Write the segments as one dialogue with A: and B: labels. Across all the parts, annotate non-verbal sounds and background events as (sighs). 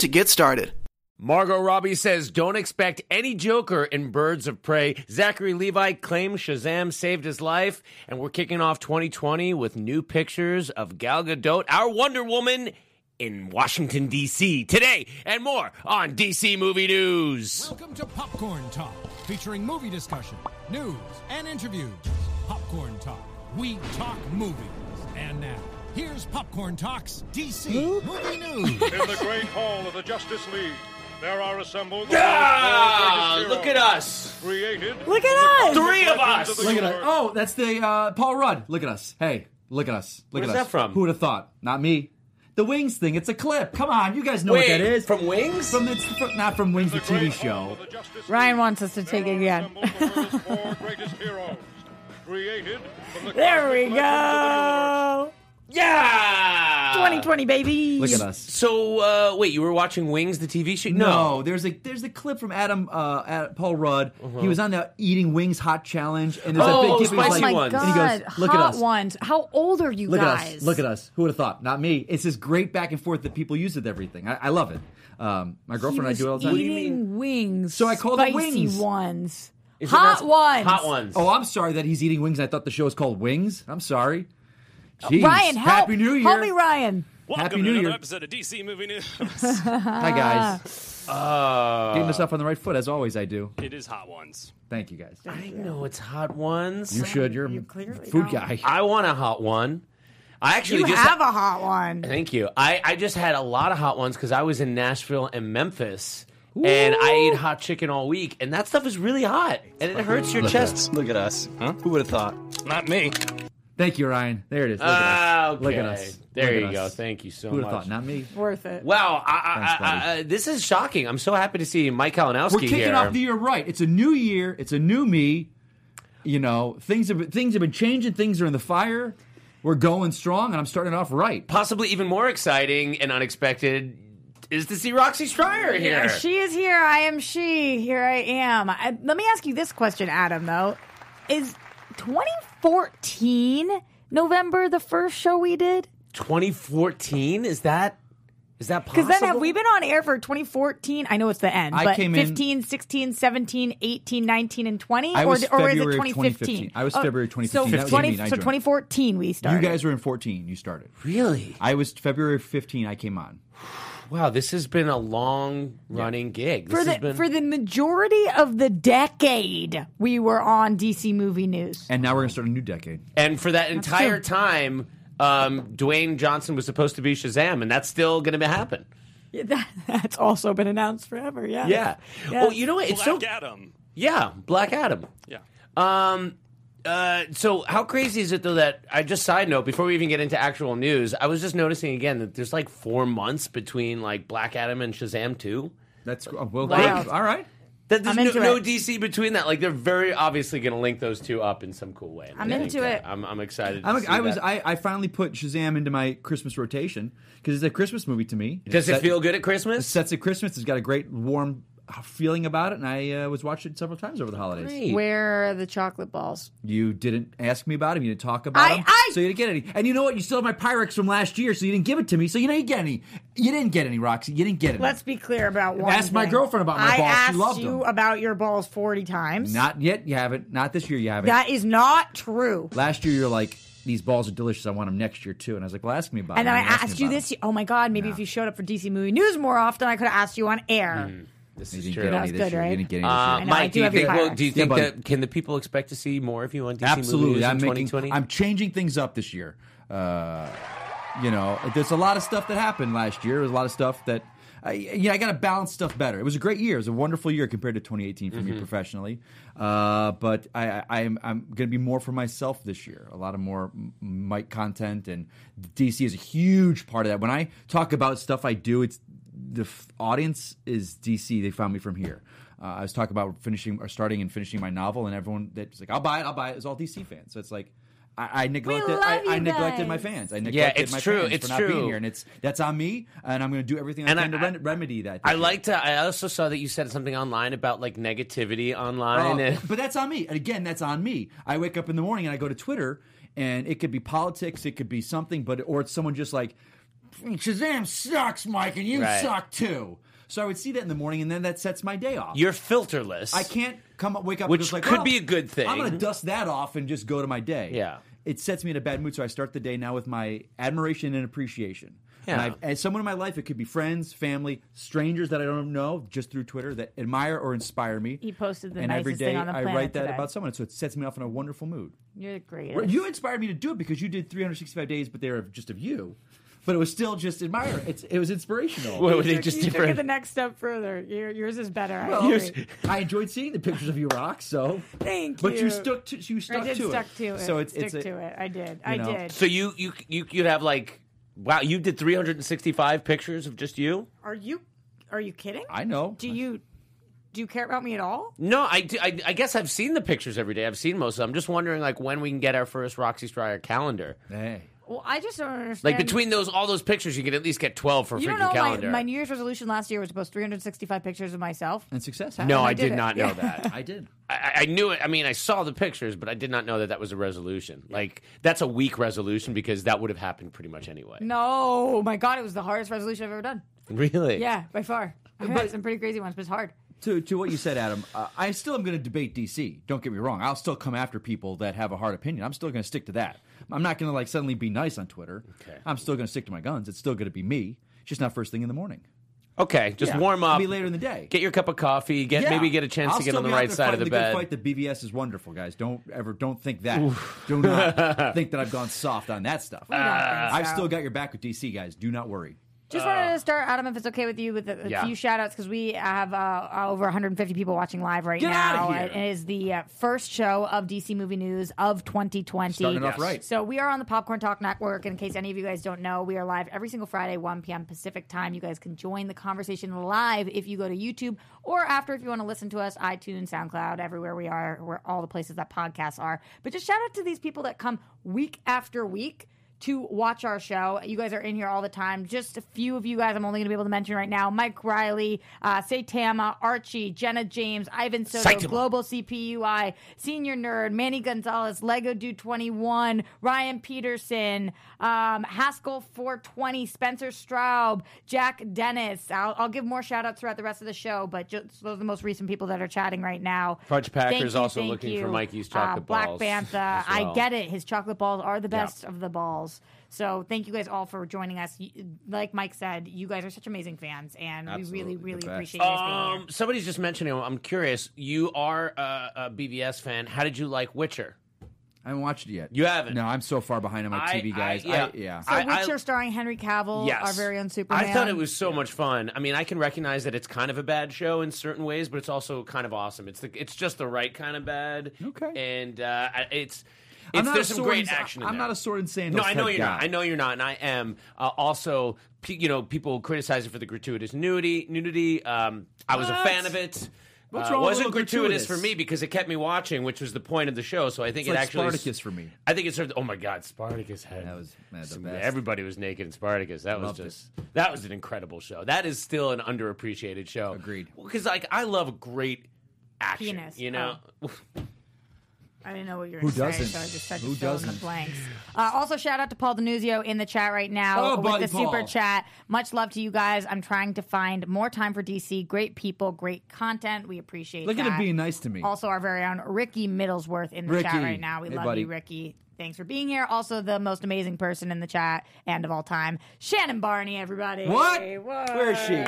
A: to get started.
B: Margot Robbie says, Don't expect any Joker in Birds of Prey. Zachary Levi claims Shazam saved his life. And we're kicking off 2020 with new pictures of Gal Gadot, our Wonder Woman, in Washington, D.C. today and more on DC Movie News.
C: Welcome to Popcorn Talk, featuring movie discussion, news, and interviews. Popcorn Talk, we talk movies. And now, here's Popcorn Talk's DC Movie News.
D: In the great hall of the Justice League, there are assembled. the
B: Ah,
D: world's
B: look at
D: greatest
B: us.
D: heroes Created.
E: Look at us!
B: Three of us.
E: Look at
D: us.
E: us.
F: Oh, that's the uh, Paul Rudd. Look at us. Hey, look at us. Look
B: Where's
F: at us.
B: that from?
F: Who would have thought? Not me. The Wings thing. It's a clip. Come on, you guys know
B: Wait,
F: what that is.
B: from Wings?
F: From it's from, not from Wings, the TV show.
E: Ryan wants us to take it again. (laughs) There we go.
B: Yeah.
E: 2020, baby.
F: Look at us.
B: So, uh, wait, you were watching Wings, the TV show?
F: No, there's a there's a clip from Adam uh, Ad- Paul Rudd. He was on the eating wings hot challenge, and there's
B: Uh-huh. Oh,
F: a big
B: spicy
F: he was
E: Oh my
F: like,
B: ones.
E: god!
F: And he goes, "Look
E: Hot
F: at us.
E: ones. How old are you
F: Look
E: guys?
F: at us. Look at us. Who would have thought? Not me. It's this great back and forth that people use with everything. I, I love it. Um, my
E: He
F: girlfriend and I
E: was
F: do it all the time.
E: Eating wings.
F: So I call them
E: spicy
F: wings.
E: ones.
B: Is it
E: Hot
B: not-
E: ones.
B: Hot ones.
F: Oh, I'm sorry that he's eating wings. I thought the show was called Wings. I'm sorry. Jeez.
E: Ryan, help.
F: Happy New Year.
E: Help me, Ryan.
G: Welcome
F: Happy
G: to
F: New
G: another
F: Year.
G: episode of DC Movie News.
F: Hi, guys. Getting myself on the right foot, as always I do.
G: it is hot ones.
F: Thank you, guys.
B: I know it's hot ones.
F: You should. You're a
E: You clearly
F: food
E: don't.
F: guy. (laughs)
B: I want a hot one. I actually
E: You
B: just
E: have a hot one.
B: Thank you. I, I just had a lot of hot ones because I was in Nashville and Memphis. And I ate hot chicken all week, and that stuff is really hot, and it hurts your chest.
H: Look at us. Huh? Who would have thought?
G: Not me.
F: Thank you, Ryan. There it is. Look
B: Ah,
F: at us.
B: okay.
F: Look at us.
B: There
F: Look
B: you
F: at
B: go.
F: us.
B: Thank you so
F: Who would
B: much.
F: have thought? Not me.
E: Worth it.
B: Wow, I,
F: Thanks,
B: I, I,
F: buddy.
B: I, uh, this is shocking. I'm so happy to see Mike Kalinowski
F: We're kicking
B: here.
F: off the year right. It's a new year. It's a new me. You know, things have things have been changing. Things are in the fire. We're going strong, and I'm starting off right.
B: Possibly even more exciting and unexpected is to see Roxy Stryer here.
E: Yeah, she is here. I am she. Here I am. I, let me ask you this question, Adam, though. Is 2014 November the first show we did?
B: 2014 is that is that possible?
E: Because then have we been on air for 2014? I know it's the end,
F: I
E: but
F: came in-
E: 15, 16, 17, and 20?
F: I was
E: or, or is it
F: February of
E: 2015?
F: 2015. I was
E: Oh,
F: February 2015.
E: So,
F: That was the
E: 20
F: meeting I
E: so
F: joined.
E: 2014 we
F: You
E: started.
F: guys were in 14. You started.
B: really?
F: I was February 15. I came on.
B: Wow, this has been a long running gig. This
E: for
B: has
E: the,
B: been
E: for the majority of the decade, we were on DC Movie News.
F: And now we're going to start a new decade.
B: and for that entire time, um, Dwayne Johnson was supposed to be Shazam, and that's still going to happen.
E: That, that's also been announced forever, yeah.
B: Yeah.
E: Yeah.
B: Well, you know what? It's
G: Black
B: so
G: Adam.
B: yeah, Black Adam.
G: Yeah.
B: Um, uh, so how crazy is it though that I just side note before we even get into actual news, I was just noticing again that there's like four months between like Black Adam and Shazam two.
F: That's oh, well,
E: Wow.
F: great. all right.
B: That there's
E: I'm
B: no,
E: into
B: no
E: it.
B: DC between that. Like they're very obviously going to link those two up in some cool way. And
E: I'm
B: I
E: into
B: think, uh,
E: it.
B: I'm, I'm excited. To
F: I'm,
B: see
F: I was
B: that.
F: I, I finally put Shazam into my Christmas rotation because it's a Christmas movie to me.
B: Does it
F: set-
B: feel good at
F: It
B: Christmas?
F: sets at Christmas. It's got a great warm uh, feeling about it, and I uh, was watching it several times over the holidays.
E: Where are the chocolate balls?
F: You didn't ask me about him. You didn't talk about
E: I-
F: him.
E: I-
F: so you didn't get any. And you know what? You still have my Pyrex from last year, so you didn't give it to me. So you didn't get any. You didn't get any, Roxy. You didn't get any.
E: Let's be clear about one.
F: Ask my
E: thing.
F: girlfriend about my
E: I
F: balls. She
E: asked
F: loved
E: you
F: them.
E: about your balls forty times.
F: Not yet. You haven't. Not this year. You haven't.
E: that is not true.
F: last year, you're like, these balls are delicious. I want them next year too. And I was like, well, ask me about.
E: And then
F: them.
E: I
F: You didn't ask me
E: asked you
F: about them.
E: this. year- Oh my god! Maybe if you showed up for DC Movie News more often, I could have asked you on air.
B: This
F: You
B: is
F: didn't
B: true.
F: get
E: That
F: any
E: was
F: Mm-hmm. this
E: good,
F: year. You
E: right?
F: didn't get any
B: Uh,
F: this year.
E: know, I
B: Mike,
E: do
B: do you
E: have your
B: think? Well,
E: Pyrex.
B: do you
F: Yeah,
B: think
F: buddy.
B: that can the people expect to see more of you on DC Movies
F: Absolutely.
B: in
F: I'm making.
B: 2020?
F: I'm changing things up this year. Uh, you know, there's a lot of stuff that happened last year. There's a lot of stuff that. I, yeah, I got to balance stuff better. It was a great year. It was a wonderful year compared to 2018 for me professionally. Uh, but I, I, I'm, I'm going to be more for myself this year. A lot of more m- mic content, and DC is a huge part of that. When I talk about stuff I do, it's the f- audience is DC. They found me from here. Uh, I was talking about finishing or starting and finishing my novel, and everyone that's like, "I'll buy it, I'll buy it." Is all DC fans. So it's like. I, I neglected. I,
E: love you
F: I neglected my
E: guys.
F: fans. I neglected
B: it's
F: my
B: true,
F: fans
B: it's
F: for not
B: true.
F: being here, and it's that's on me. And I'm going to do everything I
B: And
F: can
B: I-
F: to ren- remedy that.
B: I
F: this year.
B: liked. uh, I also saw that you said something online about like negativity online.
F: Oh,
B: and- (laughs)
F: but that's on me. And again, that's on me. I wake up in the morning and I go to Twitter, and it could be politics, it could be something, but or it's someone just like Shazam sucks, Mike, and you
B: Right.
F: suck too. So I would see that in the morning, and then that sets my day off.
B: You're filterless.
F: I can't come up, wake up,
B: Which
F: and just like
B: could
F: "Oh,
B: be a good thing."
F: I'm gonna dust that off and just go to my day.
B: Yeah.
F: it sets me in a bad mood. So I start the day now with my admiration and appreciation.
B: Yeah.
F: And I, as someone in my life, it could be friends, family, strangers that I don't know, just through Twitter that admire or inspire me.
E: He posted the
F: and every
E: nicest
F: day
E: thing on the
F: I
E: planet
F: write that
E: today.
F: about someone, so it sets me off in a wonderful mood.
E: You're the greatest.
F: You inspired me to do it because you did 365 days, but they were just of you. But it was still just admire. It's, it was inspirational.
B: What would
E: You
B: it just
E: took it
B: different?
E: the next step further. Your, yours is better. I
F: Well,
E: agree.
F: I enjoyed seeing the pictures of you rock. So
E: Thank
F: But you
E: you.
F: stuck to you stuck
E: I did
F: to
E: stuck
F: it.
E: to it.
F: So it's
E: stick
F: it's a,
E: to it. I did. I
F: know.
E: did.
B: so you you you you'd have like wow you did 365 pictures of just you.
E: Are you? Are you kidding?
F: I know.
E: Do you? Do you care about me at all?
B: No, I, do- I I guess I've seen the pictures every day. I've seen most of them. I'm just wondering like when we can get our first Roxy Stryer calendar.
F: Hey.
E: Well, I just don't understand.
B: Like between those all those pictures, you could at least get 12 for a
E: you
B: freaking
E: don't know
B: calendar.
E: my, my New Year's resolution last year was to post 365 pictures of myself.
F: And success.
B: no,
F: happened.
B: I,
E: I
B: did,
E: did it.
B: not know that.
F: (laughs) I did.
B: I, I knew it. I mean, I saw the pictures, but I did not know that that was a resolution. Like that's a weak resolution because that would have happened pretty much anyway.
E: No, my God, it was the hardest resolution I've ever done.
B: Really?
E: Yeah, by far. I had some pretty crazy ones, but it's hard.
F: To, to what you said, Adam, uh, I still am going to debate DC. Don't get me wrong. I'll still come after people that have a hard opinion. I'm still going to stick to that. I'm not going to like suddenly be nice on Twitter.
B: Okay.
F: I'm still going to stick to my guns. It's still going to be me. It's just not first thing in the morning.
B: Okay, just
F: Yeah.
B: warm up.
F: Be later in the day.
B: Get your cup of coffee. Get
F: Yeah.
B: maybe get a chance
F: I'll
B: to get
F: still
B: on the
F: be out
B: right
F: there
B: side of
F: fighting
B: the
F: good
B: bed.
F: fight that BVS is wonderful, guys. Don't ever don't think that. Do
B: (laughs)
F: not think that I've gone soft on that stuff. I've still got your back with DC, guys. Do not worry.
E: Just wanted
F: Uh,
E: to start, Adam, if it's okay with you, with a, a
B: Yeah.
E: few shout outs because we have uh, uh, over 150 people watching live right
F: Get outta
E: now.
F: here.
E: It is the uh, first show of DC Movie News of 2020.
B: Oh,
F: Starting it off Yes. right.
E: So we are on the Popcorn Talk Network. And in case any of you guys don't know, we are live every single Friday, 1 p.m. Pacific time. You guys can join the conversation live if you go to YouTube or after if you want to listen to us, iTunes, SoundCloud, everywhere we are, where all the places that podcasts are. But just shout out to these people that come week after week to watch our show. You guys are in here all the time. Just a few of you guys I'm only going to be able to mention right now. Mike Riley, uh, Satama, Archie, Jenna James, Ivan Soto,
B: Saitama.
E: Global CPUI, Senior Nerd, Manny Gonzalez, Lego Dude 21, Ryan Peterson, um, Haskell 420, Spencer Straub, Jack Dennis. I'll, I'll give more shout outs throughout the rest of the show, but just those are the most recent people that are chatting right now.
B: Fudge Packer's
E: Thank you,
B: also
E: thank
B: looking
E: you.
B: for Mikey's chocolate
E: uh, Black
B: balls
E: Bantha.
B: as
E: I
B: well.
E: get it. His chocolate balls are the best of the balls. So thank you guys all for joining us. You- Like Mike said, you guys are such amazing fans, and we really,
F: Absolutely, the
E: really
F: best.
E: appreciate you guys being
B: Um,
E: here.
B: somebody's just mentioning. I'm curious. You are a, a BBS fan. How did you like Witcher?
F: I haven't watched it yet.
B: You haven't?
F: No, I'm so far behind on my
B: I-
F: TV,
B: I-
F: guys. I,
B: yeah.
F: yeah.
E: So
B: I- I-
E: Witcher starring Henry Cavill,
B: Yes,
E: our very own Superman.
B: I thought it was so much fun. I mean, I can recognize that it's kind of a bad show in certain ways, but it's also kind of awesome. It's the, it's just the right kind of bad.
F: Okay.
B: and uh, I- it's.
F: I'm
B: It's,
F: not
B: there's
F: a
B: some
F: sword
B: great
F: and-
B: action. in
F: I'm
B: there.
F: not a sword and sandals.
B: No, I know
F: type
B: you're not.
F: guy.
B: I know you're not, and I am. Uh, also, pe- you know, people criticize it for the gratuitous nudity. Nudity. Um, I was a
F: What?
B: fan of it.
F: What's
B: Uh,
F: wrong
B: it
F: with
B: wasn't
F: a little
B: gratuitous, for
F: gratuitous?
B: me because it kept me watching, which was the point of the show. So I think
F: It's
B: it
F: like
B: actually
F: Spartacus for me.
B: I think it served. Oh my God, Spartacus had
F: That was, man, the
B: some-
F: best.
B: everybody was naked in Spartacus. That
F: Loved it.
B: was just that was an incredible show. That is still an underappreciated show.
F: Agreed.
B: Because like I love great action.
E: Penis.
B: You know.
E: I didn't know what you were
F: Who
E: going to say,
F: doesn't?
E: so I just had to
F: Who
E: fill in
F: doesn't?
E: the blanks. Uh, also, shout out to Paul Denuzio in the chat right now
F: Oh,
E: with
F: buddy
E: the super
F: Paul.
E: chat. Much love to you guys. I'm trying to find more time for DC. Great people, great content. We appreciate
F: Look at
E: that.
F: him being nice to me.
E: Also, our very own Ricky Middlesworth in the chat
F: Ricky.
E: right now. We
F: Hey,
E: love
F: buddy.
E: you, Ricky. Thanks for being here. Also, the most amazing person in the chat and of all time, Shannon Barney, everybody.
F: What?
E: What?
F: Where is she?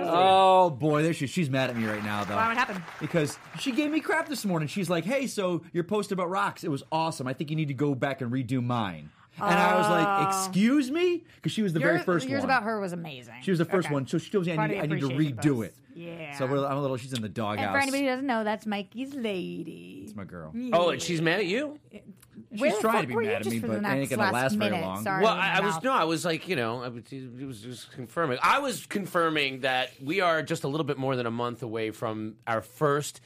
F: Oh boy, there she. She's mad at me right now, though.
E: Why, what happened?
F: Because she gave me crap this morning. She's like, "Hey, so your post about rocks, it was awesome. I think you need to go back and redo mine." And I was like, "Excuse me," because she was the
E: Your-
F: very first
E: Oh. yours
F: one.
E: about her was amazing.
F: She was the first
E: Okay.
F: one, so she tells me I
E: Part of
F: need,
E: the
F: I need to
E: appreciation
F: redo
E: post.
F: it.
E: Yeah.
F: So we're, I'm a little. She's in the doghouse.
E: And for anybody who doesn't know, that's Mikey's lady.
F: my girl.
B: oh, and she's mad at you.
E: Where
F: She's
E: the
F: trying
E: fuck
F: to be
E: were you
F: mad at
E: just
F: me,
E: for
F: but
E: the
F: it
E: next
F: ain't gonna
E: last
F: last very
E: minute?
F: long.
E: Sorry,
B: Well,
E: I'm
B: I, I was
E: out.
B: no, I was like, you know, I was, it was just confirming. I was confirming that we are just a little bit more than a month away from our first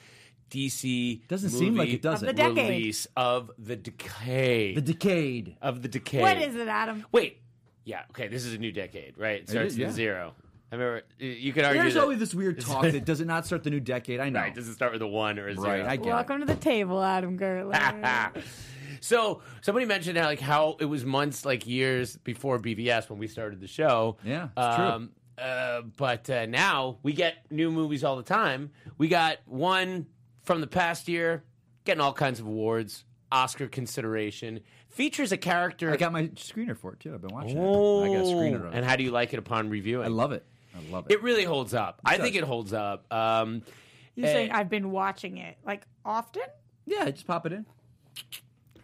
B: DC
F: Doesn't seem like
B: movie
F: it, does
E: Of
F: it?
E: the decade.
B: release of the decay
F: The decade.
B: of the decay.
E: What is it, Adam?
B: Wait, yeah, okay, this is a new decade, right? It starts
F: is,
B: with
F: yeah.
B: zero. I remember uh, you could argue
F: There's
B: that,
F: always this weird talk that does it not start the new decade. I know.
B: right? Does it start with a one or a zero?
F: Right, I get it.
E: Welcome to the table, Adam Gertler.
B: (laughs) so somebody mentioned how like how it was months like years before BVS when we started the show.
F: Yeah, it's true.
B: true. Uh, but uh, now we get new movies all the time. We got one from the past year getting all kinds of awards, Oscar consideration, features a character.
F: I got my screener for it too. I've been watching
B: Oh,
F: it. I got a screener of it.
B: and how do you like it upon reviewing?
F: I love it. I love it.
B: it. Really holds up. I think it holds up. Um,
E: You're
B: eh,
E: saying I've been watching it like often.
F: yeah, just pop it in.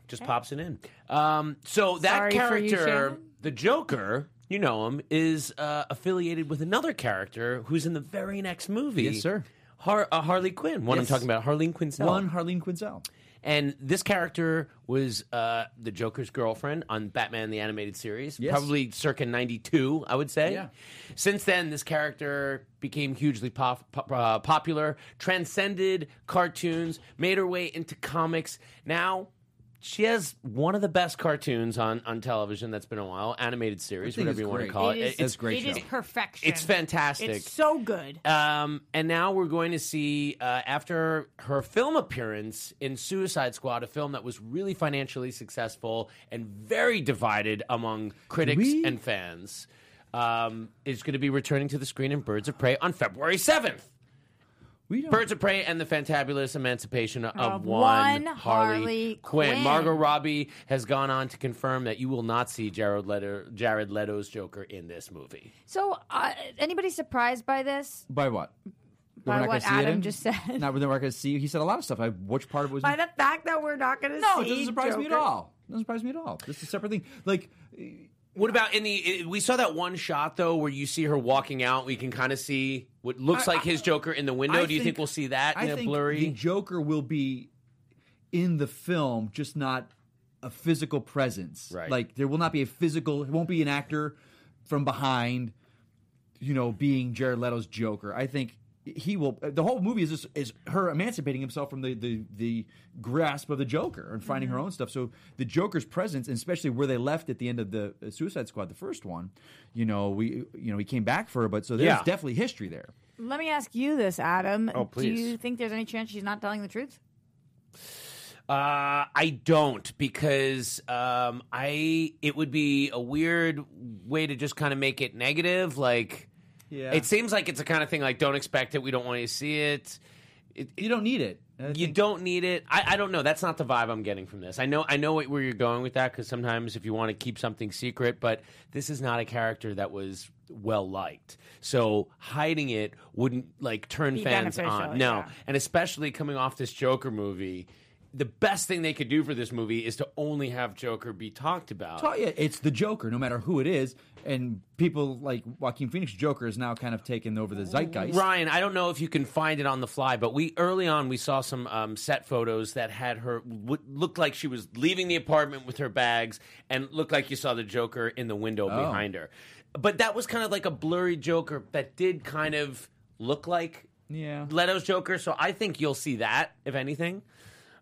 B: just pops it in. Um, so that
E: Sorry for you,
B: character,
E: Shannon.
B: the Joker, you know him, is uh, affiliated with another character who's in the very next movie.
F: Yes, sir.
B: Har- uh, Harley Quinn. One
F: Yes.
B: I'm talking about, Harleen Quinzel.
F: One Harleen Quinzel.
B: And this character was uh, the Joker's girlfriend on Batman the Animated Series,
F: Yes.
B: probably circa 92, I would say.
F: Yeah.
B: Since then, this character became hugely pop, pop, uh, popular, transcended cartoons, made her way into comics. Now, she has one of the best cartoons on, on television that's been a while, animated series,
F: thing
B: whatever
F: is
B: you want to
F: great.
B: call Oh, it.
E: it is,
B: It's-
F: great
E: It is
F: show.
E: perfection.
B: it's fantastic.
E: It's so good.
B: Um, and now we're going to see, uh, after her film appearance in Suicide Squad, a film that was really financially successful and very divided among critics
F: We-
B: and fans, um, is going to be returning to the screen in Birds of Prey on February 7th.
F: We don't.
B: Birds of Prey and the Fantabulous Emancipation of,
E: Of
B: One,
E: one
B: Harley,
E: Harley
B: Quinn.
E: Quinn.
B: Margot Robbie has gone on to confirm that you will not see Jared, Leto, Jared Leto's Joker in this movie.
E: So, uh, anybody surprised by this?
F: By what? That we're
E: By
F: not gonna
E: what
F: see it
E: Adam
F: in?
E: just said?
F: Not we're not going to see. He said a lot of stuff. I, which part was
E: By the fact that we're not going to
F: no?
E: see.
F: It doesn't surprise me at
E: Joker?
F: all. Doesn't surprise me at all. This is a separate thing. Like
B: What about in the? We saw that one shot though, where you see her walking out. We can kind of see what looks
F: I-
B: like his Joker in the window.
F: I
B: Do you think we'll see that
F: I
B: in a
F: think
B: blurry?
F: The Joker will be in the film, just not a physical presence.
B: Right.
F: Like there will not be a physical. It won't be an actor from behind. You know, being Jared Leto's Joker. I think he will. The whole movie is just, is her emancipating himself from the, the the grasp of the Joker and finding her own stuff. So the Joker's presence, and especially where they left at the end of the uh, Suicide Squad, the first one. You know, we you know he came back for her, but so there's
B: Yeah.
F: definitely history there.
E: Let me ask you this, Adam.
B: Oh, please.
E: Do you think there's any chance she's not telling the truth?
B: Uh, I don't because um, I it would be a weird way to just kind of make it negative. Like
F: Yeah,
B: it seems like it's the kind of thing like don't expect it. We don't want you to see it. It,
F: you don't need it. Uh, I
B: you don't need it. I, I don't know. That's not the vibe I'm getting from this. I know I know what- where you're going with that because sometimes if you want to keep something secret, but this is not a character that was well liked. So hiding it wouldn't like turn
E: Be
B: fans
E: beneficial,
B: on. No,
E: yeah.
B: and especially coming off this Joker movie. The best thing they could do for this movie is to only have Joker be talked about.
F: Oh yeah, it's the Joker, no matter who it is, and people like Joaquin Phoenix Joker is now kind of taken over the zeitgeist.
B: Ryan, I don't know if you can find it on the fly, but we early on we saw some um, set photos that had her w- looked like she was leaving the apartment with her bags, and looked like you saw the Joker in the window
F: Oh.
B: behind her. But that was kind of like a blurry Joker that did kind of look like
F: Yeah.
B: Leto's Joker. So I think you'll see that if anything.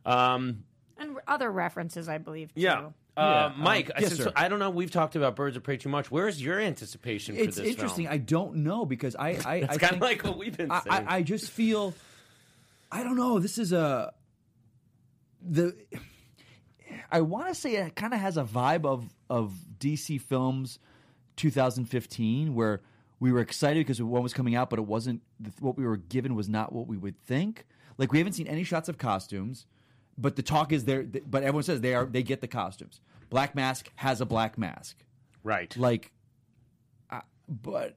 B: Um,
E: And other references, I believe. Too.
B: yeah. Uh,
F: Yeah,
B: Mike,
F: um, yes,
B: since
F: sir.
B: I don't know. We've talked about Birds of Prey too much. Where's your anticipation for
F: It's
B: this?
F: interesting.
B: Film?
F: I don't know because I
B: (laughs)
F: I, I
B: It's kind of
F: think-
B: like what we've been
F: I,
B: saying.
F: I, I just feel I don't know. This is a the I want to say it kind of has a vibe of of DC films 2015 where we were excited because one was coming out but it wasn't what we were given was not what we would think. Like we haven't seen any shots of costumes, but the talk is there but everyone says they are they get the costumes. Black Mask has a black mask
B: right.
F: like I but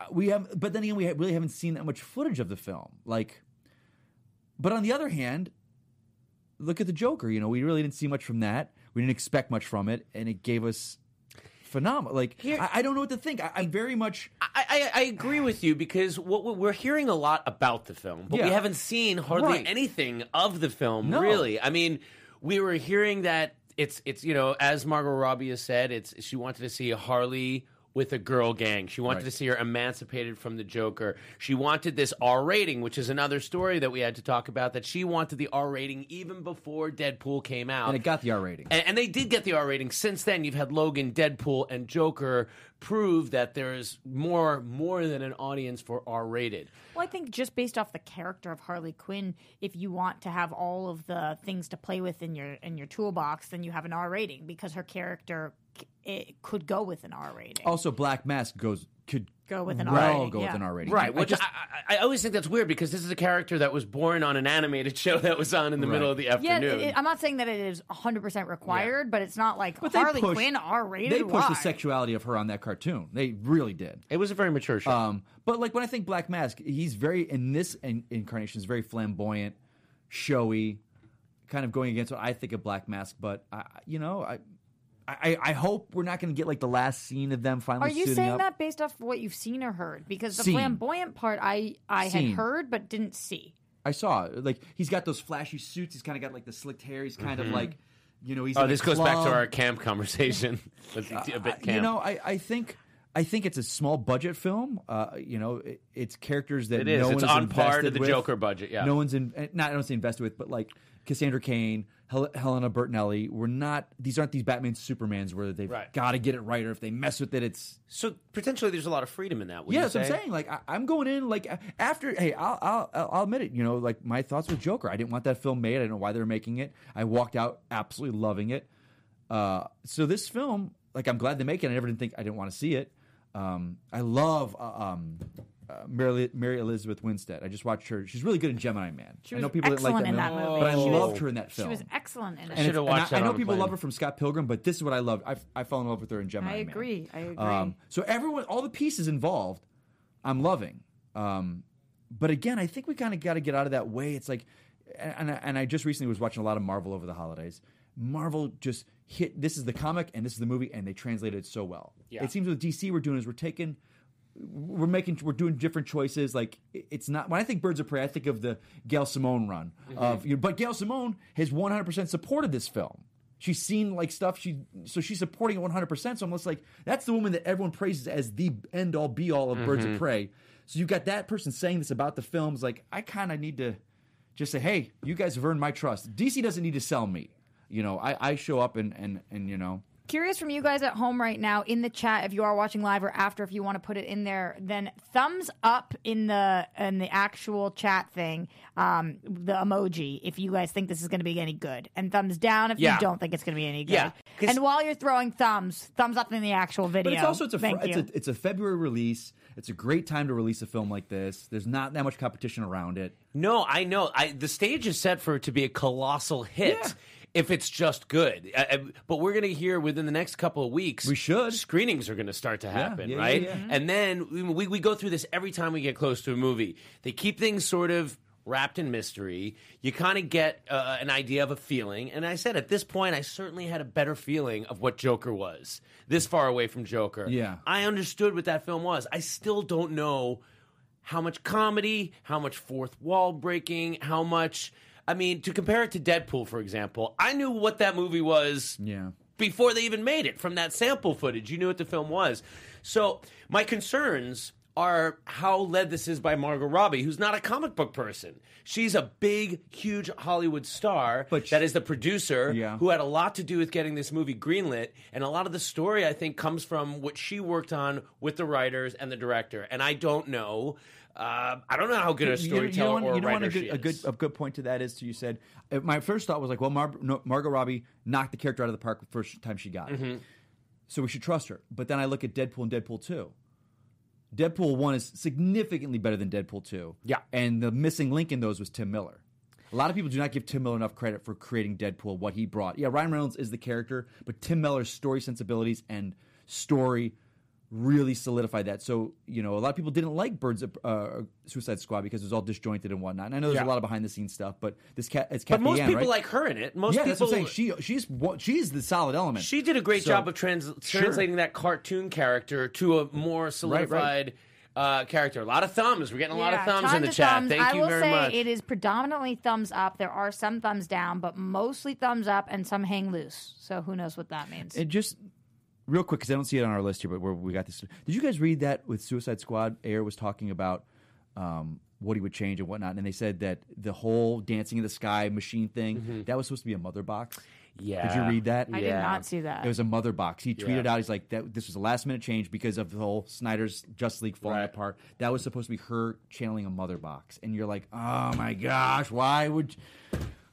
F: uh, we have but then again we ha- really haven't seen that much footage of the film like but on the other hand look at the joker you know we really didn't see much from that we didn't expect much from it and it gave us phenomenal like I, I don't know what to think I, i'm very much
B: I, I, I agree with you because what we- we're hearing a lot about the film, but we
F: Yeah.
B: haven't seen hardly
F: Right.
B: anything of the film.
F: No.
B: Really, I mean, we were hearing that it's it's you know as Margot Robbie has said, it's she wanted to see a Harley with a girl gang. She wanted to see her emancipated from the Joker. She wanted this R rating, which is another story that we had to talk about. That she wanted the R rating even before Deadpool came out,
F: and it got the R rating.
B: and, and they did get the R rating. Since then, you've had Logan, Deadpool, and Joker prove that there's more more than an audience for R rated.
E: Well, I think just based off the character of Harley Quinn, if you want to have all of the things to play with in your in your toolbox, then you have an R rating because her character c- it could go with an R rating.
F: Also, Black Mask goes could
E: Go with an R
F: well
E: rating,
F: Go
E: yeah.
F: with an R rating,
B: Right, which I,
F: just-
B: I, I always think that's weird because this is a character that was born on an animated (laughs) show that was on in the middle of the
E: yeah,
B: afternoon.
E: it, it- I'm not saying that it is 100 percent required, but it's not like
F: but they
E: Harley
F: pushed-
E: Quinn R rated.
F: They pushed the sexuality of her on that cartoon. They really did.
B: It was a very mature show.
F: Um, but like when I think Black Mask, he's very in this in- incarnation is very flamboyant, showy, kind of going against what I think of Black Mask. But I, you know, I, I, I hope we're not going to get like the last scene of them finally.
E: Are you
F: suiting
E: saying
F: up.
E: that based off what you've seen or heard? Because the
F: Seen.
E: flamboyant part, I I
F: Seen.
E: had heard but didn't see.
F: I saw it. like he's got those flashy suits. He's kind of got like the slicked hair. He's kind of like, you know, he's
B: Mm-hmm. oh,
F: in a
B: this goes back to
F: club.
B: our camp conversation. (laughs) Let's do a bit camp.
F: You know, I, I think I think it's a small budget film. Uh, you know, it, it's characters that
B: It is.
F: No
B: It's
F: one's
B: on par to
F: invested
B: the
F: with.
B: Joker budget, yeah.
F: no one's in, eh, not I don't say invested with, but like Cassandra Cain, Hel- Helena Bertinelli. We're not. These aren't these Batman Supermans where they've
B: Right.
F: got to get it right, or if they mess with it, it's
B: so potentially there's a lot of freedom in that. wouldn't
F: yeah,
B: you
F: that's what I'm
B: say?
F: saying. Like I, I'm going in like a- after. Hey, I'll, I'll I'll I'll admit it. You know, like my thoughts with Joker. I didn't want that film made. I don't know why they were making it. I walked out absolutely loving it. Uh, so this film, like I'm glad they make it. I never didn't think I didn't want to see it. Um, I love uh, um, uh, Mary, Mary Elizabeth Winstead. I just watched her. She's really good in Gemini Man. I
E: She was
F: know people didn't like
E: excellent in
F: that,
E: that
F: movie,
E: movie.
F: but I
E: She was-
F: loved her in that film.
E: She was excellent in
F: and
E: it.
B: Should've
F: it's- and
B: watched
F: I,
B: that
F: I know
B: on the
F: people
B: plane.
F: love her from Scott Pilgrim, but this is what I loved. I, I fell in love with her in Gemini
E: I
F: Man.
E: agree. I agree.
F: Um, so everyone, all the pieces involved, I'm loving. Um, but again, I think we kind of got to get out of that way. It's like, and and I, and I just recently was watching a lot of Marvel over the holidays. Marvel just hit. This is the comic, and this is the movie, and they translated it so well. It seems with DC, we're doing is we're taking. We're making, we're doing different choices. Like it- it's not when I think Birds of Prey, I think of the Gail Simone run of. You but Gail Simone has 100 percent supported this film. She's seen like stuff. She so she's supporting it 100. percent So I'm just like, that's the woman that everyone praises as the end all be all of Birds of Prey. So you got that person saying this about the films. Like I kind of need to just say, hey, you guys have earned my trust. DC doesn't need to sell me. You know, I, I show up and and and you know.
E: Curious from you guys at home right now in the chat if you are watching live or after if you want to put it in there then thumbs up in the in the actual chat thing um, the emoji if you guys think this is going to be any good and thumbs down if
B: Yeah.
E: you don't think it's going to be any good
B: Yeah, 'cause-
E: and while you're throwing thumbs thumbs up in the actual video
F: But it's also it's a, fr-
E: Thank
F: it's,
E: you.
F: a it's a February release. It's a great time to release a film like this. There's not that much competition around it.
B: No, I know. I, the stage is set for it to be a colossal hit. If it's just good, I, I- but we're going to hear within the next couple of weeks.
F: We should.
B: screenings are going to start to happen,
F: yeah, yeah,
B: right?
F: yeah.
B: And then we- we, we go through this every time we get close to a movie. They keep things sort of wrapped in mystery. You kind of get uh, an idea of a feeling. And I said at this point, I certainly had a better feeling of what Joker was. This far away from Joker,
F: Yeah.
B: I understood what that film was. I still don't know how much comedy, how much fourth wall breaking, how much. I mean, to compare it to Deadpool, for example, I knew what that movie was
F: Yeah.
B: before they even made it from that sample footage. You knew what the film was. So, my concerns are how led this is by Margot Robbie, who's not a comic book person. She's a big, huge Hollywood star
F: But she-
B: that is the producer
F: Yeah.
B: who had a lot to do with getting this movie greenlit. And a lot of the story, I think, comes from what she worked on with the writers and the director. And I don't know. Uh, I don't know how good a storyteller
F: want-
B: or a
F: you know what
B: writer
F: a good,
B: she is.
F: a good a good point to that is to you said uh, my first thought was like well Mar- no, Margot Robbie knocked the character out of the park the first time she got it.
B: Mm-hmm.
F: so we should trust her but then I look at Deadpool and Deadpool 2 Deadpool 1 is significantly better than Deadpool 2
B: Yeah.
F: and the missing link in those was Tim Miller a lot of people do not give Tim Miller enough credit for creating Deadpool what he brought yeah Ryan Reynolds is the character but Tim Miller's story sensibilities and story really solidified that. So you know, a lot of people didn't like Birds of uh, Suicide Squad because it was all disjointed and whatnot. And I know there's
B: Yeah.
F: a lot of behind the scenes stuff, but this cat, it's
B: but
F: Kathy
B: most
F: Ann,
B: people
F: right?
B: like her in it. Most
F: yeah,
B: people
F: that's what I'm saying. She she's what- she's the solid element.
B: She did a great
F: So-
B: job of trans- translating that cartoon character to a more solidified uh, character. A lot of thumbs. We're getting a lot of
E: Yeah,
B: thumbs in
E: tons
B: the
E: of
B: chat.
E: thumbs.
B: Thank
E: I
B: you
E: will
B: very
E: say
B: much.
E: it is predominantly thumbs up. There are some thumbs down, but mostly thumbs up and some hang loose. So who knows what that means?
F: And just real quick, because I don't see it on our list here, but where we got this. Did you guys read that with Suicide Squad? Air was talking about um, what he would change and whatnot, and they said that the whole dancing in the sky machine thing that was supposed to be a mother box.
B: Mm-hmm. yeah.
F: Did you read that?
E: I did
B: Yeah.
E: not see that.
F: It was a mother box. He tweeted
B: Yeah.
F: out, he's like, that, this was a last minute change because of the whole Snyder's Just League falling
B: Right.
F: apart. That was supposed to be her channeling a mother box. And you're like, oh my gosh, why would.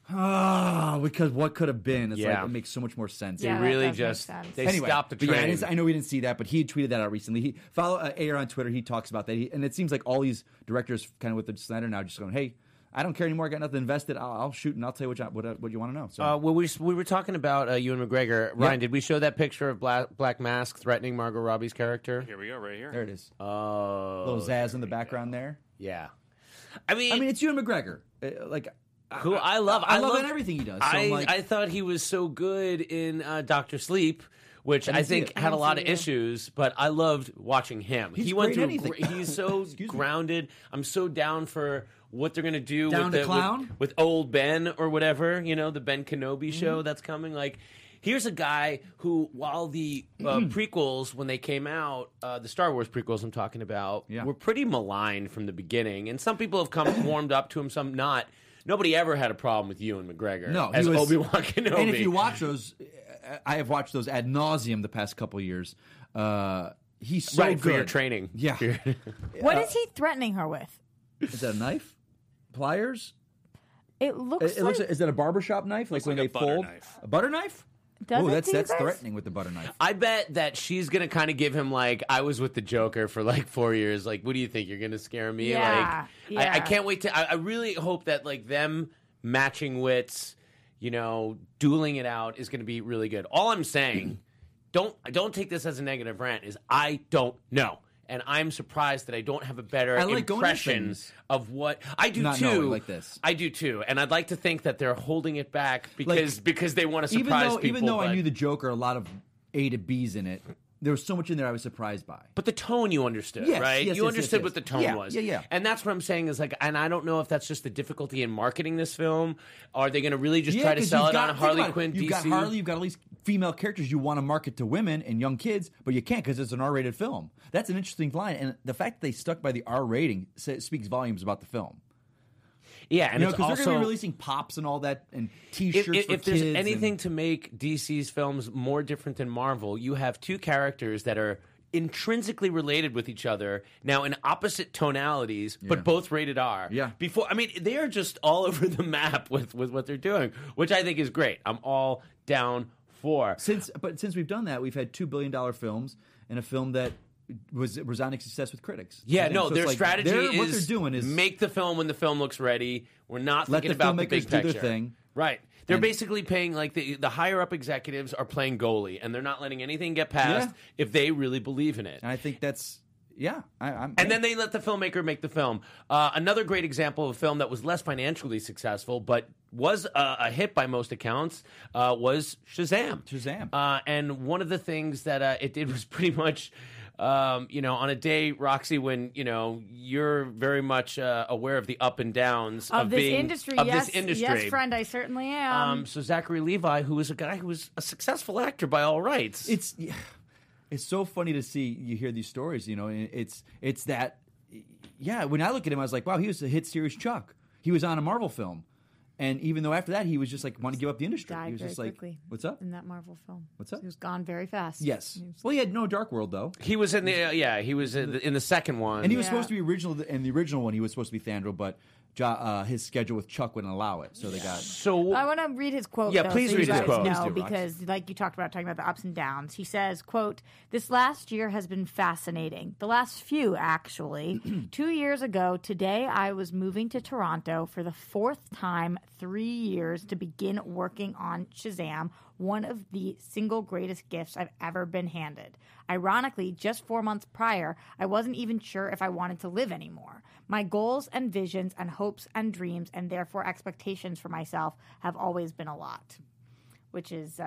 F: Oh, because what could have been? It's
B: Yeah.
F: like, it makes so much more sense.
E: Yeah,
B: They
E: that
B: really
E: does make
B: just
E: sense.
B: they
F: Anyway,
B: stopped the
F: but yeah, I
B: train.
F: didn't- I know we didn't see that, but he had tweeted that out recently. He follow uh, Ayer on Twitter. He talks about that, he, and it seems like all these directors, kind of with the Snyder now, just going, "Hey, I don't care anymore. I got nothing invested. I'll, I'll shoot and I'll tell you what you, what, uh, what you want to know." So
B: Uh, well, we we were talking about uh, Ewan McGregor. Ryan, did we show that picture of Black, Black Mask threatening Margot Robbie's character?
G: Here we go, right here.
F: there it is.
B: Oh,
F: Little Zaz in the background there.
B: yeah. I mean,
F: I mean, it's Ewan McGregor. Uh, like,
B: who I love.
F: I love everything he does, so
B: I,
F: I'm like-
B: I thought he was so good in uh, Doctor Sleep, which I,
F: didn't see
B: think
F: it.
E: I
B: had a
E: didn't
B: lot
E: see
B: of
E: it.
B: issues, but I loved watching him.
F: He's
B: he went
F: great in
B: through.
F: anything.
B: gr- He's so
F: (laughs) Excuse me.
B: grounded. I'm so down for. What they're gonna do
F: Down
B: with,
F: to
B: the,
F: clown?
B: with with old Ben or whatever, you know, the Ben Kenobi
F: Mm-hmm.
B: show that's coming. Like, here's a guy who, while the
F: (clears throat)
B: uh, prequels, when they came out, uh, the Star Wars prequels I'm talking about,
F: Yeah.
B: were pretty maligned from the beginning. And some people have come warmed up to him, some not. Nobody ever had a problem with Ewan McGregor
F: no,
B: as
F: he was,
B: Obi Wan Kenobi.
F: And if you watch those, uh, I have watched those ad nauseum the past couple years. Uh, he's so
B: right
F: good.
B: for your training,
F: Yeah,
B: uh,
E: what is he threatening her with?
F: is that a knife? Pliers?
E: It looks
F: It, it looks.
E: like.
F: is that a barbershop knife? Like when
G: like a
F: they
G: butter
F: fold
G: knife.
F: a butter knife?
E: Does
F: Ooh,
E: it
F: that's
E: to you
F: that's
E: guys?
F: threatening with the butter knife.
B: I bet that she's gonna kind of give him like I was with the Joker for like four years. Like, what do you think you're gonna scare me?
E: Yeah,
B: like, I, I
E: yeah.
B: can't wait to. I, I really hope that like them matching wits, you know, dueling it out is gonna be really good. All I'm saying, don't don't take this as a negative rant. Is I don't know. And I'm surprised that I don't have a better
F: I like going to
B: impression
F: things.
B: of what I do
F: Not
B: too.
F: knowing like this.
B: I do too, and I'd like to think that they're holding it back because because they want to surprise
F: even though
B: people.
F: even though I
B: but-
F: knew the Joker, a lot of A to B's in it. There was so much in there I was surprised by.
B: But the tone you understood,
F: Yes,
B: right?
F: yes,
B: you
F: yes,
B: understood
F: yes,
B: what the
F: yes.
B: tone
F: Yeah,
B: was.
F: yeah, yeah.
B: And that's what I'm saying is like, and I don't know if that's just the difficulty in marketing this film. Are they going to really just try to
F: 'cause
B: sell
F: you've
B: it
F: got-
B: on
F: think
B: Harley
F: about it.
B: Quinn
F: You've
B: DC?
F: got Harley. You've got all these female characters you want to market to women and young kids, but you can't because it's an R-rated film. That's an interesting line, and the fact that they stuck by the R rating sa- speaks volumes about the film.
B: yeah, and
F: You know,
B: it's
F: because
B: also
F: they're going to be releasing pops and all that, and T-shirts
B: if, if,
F: for
B: if there's
F: kids and-
B: anything to make DC's films more different than Marvel, you have two characters that are intrinsically related with each other now in opposite tonalities but both rated r
F: Yeah.
B: before i mean they are just all (laughs) over the map with with what they're doing which i think is great i'm all down for
F: since but since we've done that, we've had two billion dollar films and a film that was a resounding success with critics.
B: Yeah,
F: And
B: no,
F: so it's
B: their
F: like,
B: strategy
F: they're-
B: is
F: what they're doing is
B: make the film when the film looks ready. We're not
F: Let
B: thinking
F: the
B: about the big
F: filmmakers do their
B: picture.
F: thing.
B: Right. They're
F: And-
B: basically paying like the the higher up executives are playing goalie and they're not letting anything get past
F: Yeah.
B: if they really believe in it.
F: and I think that's yeah. I, I'm
B: And then they let the filmmaker make the film. Uh, another great example of a film that was less financially successful, but was a, a hit by most accounts, uh, was Shazam.
F: Shazam.
B: Uh, and one of the things that uh, it did (laughs) was pretty much. Um, you know, on a day, Roxy, when you know you're very much uh, aware of the up and downs
E: Of,
B: of,
E: this
B: being,
E: industry,
B: of
E: yes,
B: this industry,
E: yes, friend, I certainly am.
B: Um, so Zachary Levi, who was a guy who was a successful actor by all rights,
F: it's yeah, it's so funny to see you hear these stories. You know, and it's it's that yeah. When I look at him, I was like, wow, he was a hit series Chuck. He was on a Marvel film, and even though after that he was just like want to give up the industry.
E: died
F: he was
E: very
F: just like,
E: quickly.
F: what's up?
E: in that Marvel film?
F: What's up?
E: He was gone very fast.
F: Yes.
E: He was-
F: Well, he had no Dark World though.
B: he was in the uh, yeah, he was in the, in the second one,
F: And he was
E: Yeah.
F: supposed to be original in the original one. He was supposed to be Thandro, but jo- uh, his schedule with Chuck wouldn't allow it, so they got.
B: so
E: I want to read his quote.
B: Yeah,
E: though,
B: please
E: so you
B: read his
E: guys
B: quote.
E: Know,
F: Please do, Rox.
E: because, like you talked about, talking about the ups and downs. He says, "quote This last year has been fascinating. The last few, actually. Two years ago today, I was moving to Toronto for the fourth time, three years to begin working on Shazam, one of the single greatest gifts I've ever been handed. Ironically, just four months prior, I wasn't even sure if I wanted to live anymore. My goals and visions and hopes and dreams and therefore expectations for myself have always been a lot, which is um,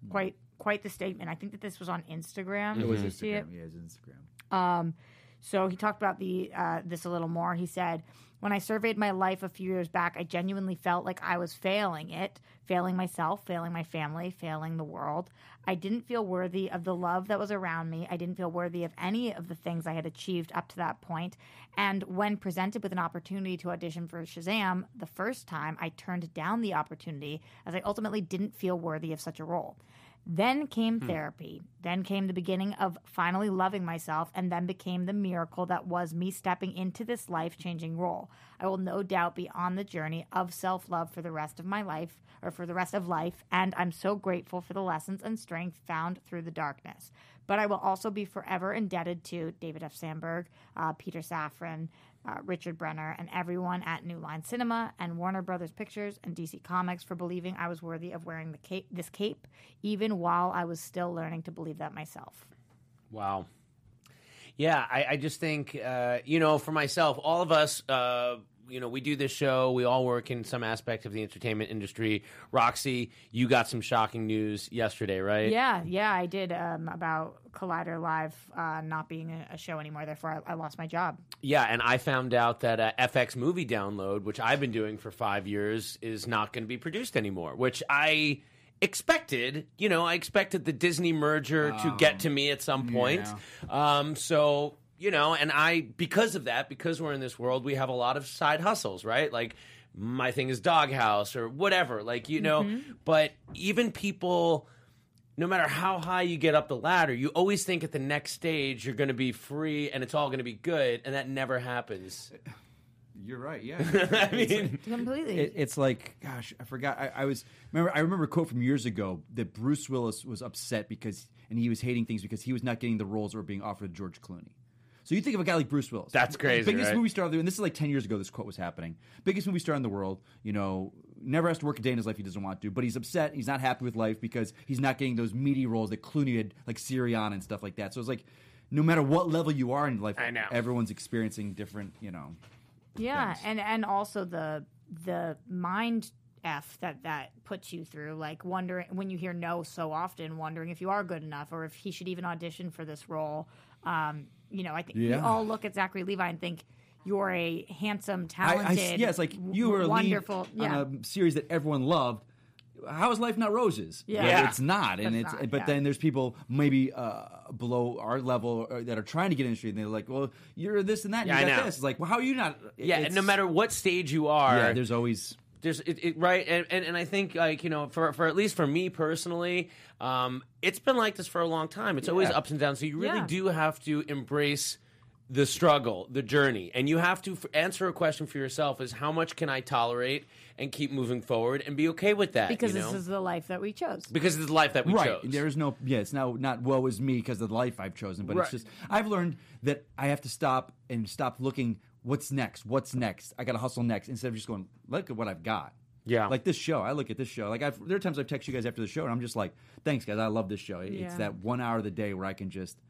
E: Mm-hmm. quite quite the statement. I think that this was on Instagram. Did you see it?
F: Yeah, his Instagram.
E: So he talked about the uh, this a little more. He said, "When I surveyed my life a few years back, I genuinely felt like I was failing it, failing myself, failing my family, failing the world. I didn't feel worthy of the love that was around me. I didn't feel worthy of any of the things I had achieved up to that point. And when presented with an opportunity to audition for Shazam the first time, I turned down the opportunity as I ultimately didn't feel worthy of such a role." Then came therapy. Then came the beginning of finally loving myself, and then became the miracle that was me stepping into this life changing role. I will no doubt be on the journey of self love for the rest of my life, or for the rest of life, and I'm so grateful for the lessons and strength found through the darkness. But I will also be forever indebted to David F. Sandberg, uh, Peter Safran, uh, Richard Brenner, and everyone at New Line Cinema and Warner Brothers Pictures and DC Comics for believing I was worthy of wearing the cape, this cape, even while I was still learning to believe that myself.
B: Wow. Yeah, I, I just think, uh, you know, for myself, all of us, uh, you know, we do this show. We all work in some aspect of the entertainment industry. Roxy, you got some shocking news yesterday, right?
E: Yeah, yeah, I did um, about Collider Live uh, not being a, a show anymore. Therefore, I, I lost my job.
B: Yeah, and I found out that uh, FX Movie Download, which I've been doing for five years, is not going to be produced anymore, which I expected. You know, I expected the Disney merger to get to me at some point. Um, so, you know, and I, because of that, because we're in this world, we have a lot of side hustles, right? Like, my thing is Doghouse or whatever, like, you know, but even people no matter how high you get up the ladder, you always think at the next stage you're going to be free and it's all going to be good, and that never happens. (laughs)
F: You're right. Yeah.
B: I mean,
E: Completely.
F: it, it's like, gosh, I forgot. I, I was remember. I remember a quote from years ago that Bruce Willis was upset because, and he was hating things because he was not getting the roles that were being offered to George Clooney. So you think of a guy like Bruce Willis,
B: That's crazy,
F: biggest
B: right?
F: movie star of the, and this is like ten years ago. This quote was happening. Biggest movie star in the world. You know, never has to work a day in his life he doesn't want to, but he's upset. He's not happy with life because he's not getting those meaty roles that Clooney had, like Sirion and stuff like that. So it's like, no matter what level you are in life,
B: I know.
F: everyone's experiencing different. You know,
E: yeah, and and also the the mind f that that puts you through, like wondering when you hear no so often, wondering if you are good enough or if he should even audition for this role. Um, you know, I think we
F: Yeah.
E: all look at Zachary Levi and think you're a handsome,
F: I, I,
E: talented,
F: yeah, it's like you were a
E: wonderful,
F: lead um, on a series that everyone loved. How is life not roses?
E: Yeah.
F: Well,
B: Yeah.
F: it's not, and
E: It's
F: it's,
E: not,
F: but
E: yeah.
F: then there's people maybe uh, below our level or, that are trying to get in the industry, and they're like, "Well, you're this and that, and
B: Yeah,
F: you
B: I
F: got
B: know.
F: this." It's like, "Well, how are you not?"
B: yeah, and
F: it's-
B: no matter what stage you are,
F: yeah, there's always
B: there's it, it, right and, and and i think like you know for for at least for me personally um it's been like this for a long time it's always ups and downs so you really
E: Yeah.
B: do have to embrace the struggle the journey and you have to f- answer a question for yourself is how much can i tolerate and keep moving forward and be okay with that
E: because
B: you
E: this
B: know?
E: is the life that we chose.
B: because it's the life that we
F: right.
B: chose
F: There is no yeah. It's now not woe is me because of the life I've chosen, but
B: Right.
F: it's just I've learned that I have to stop and stop looking. What's next? What's next? I got to hustle next instead of just going look at what I've got.
B: Yeah.
F: like this show. I look at this show. Like I've, there are times I've texted you guys after the show, and I'm just like, "Thanks, guys. I love this show. It- It's
E: Yeah.
F: that one hour of the day where I can just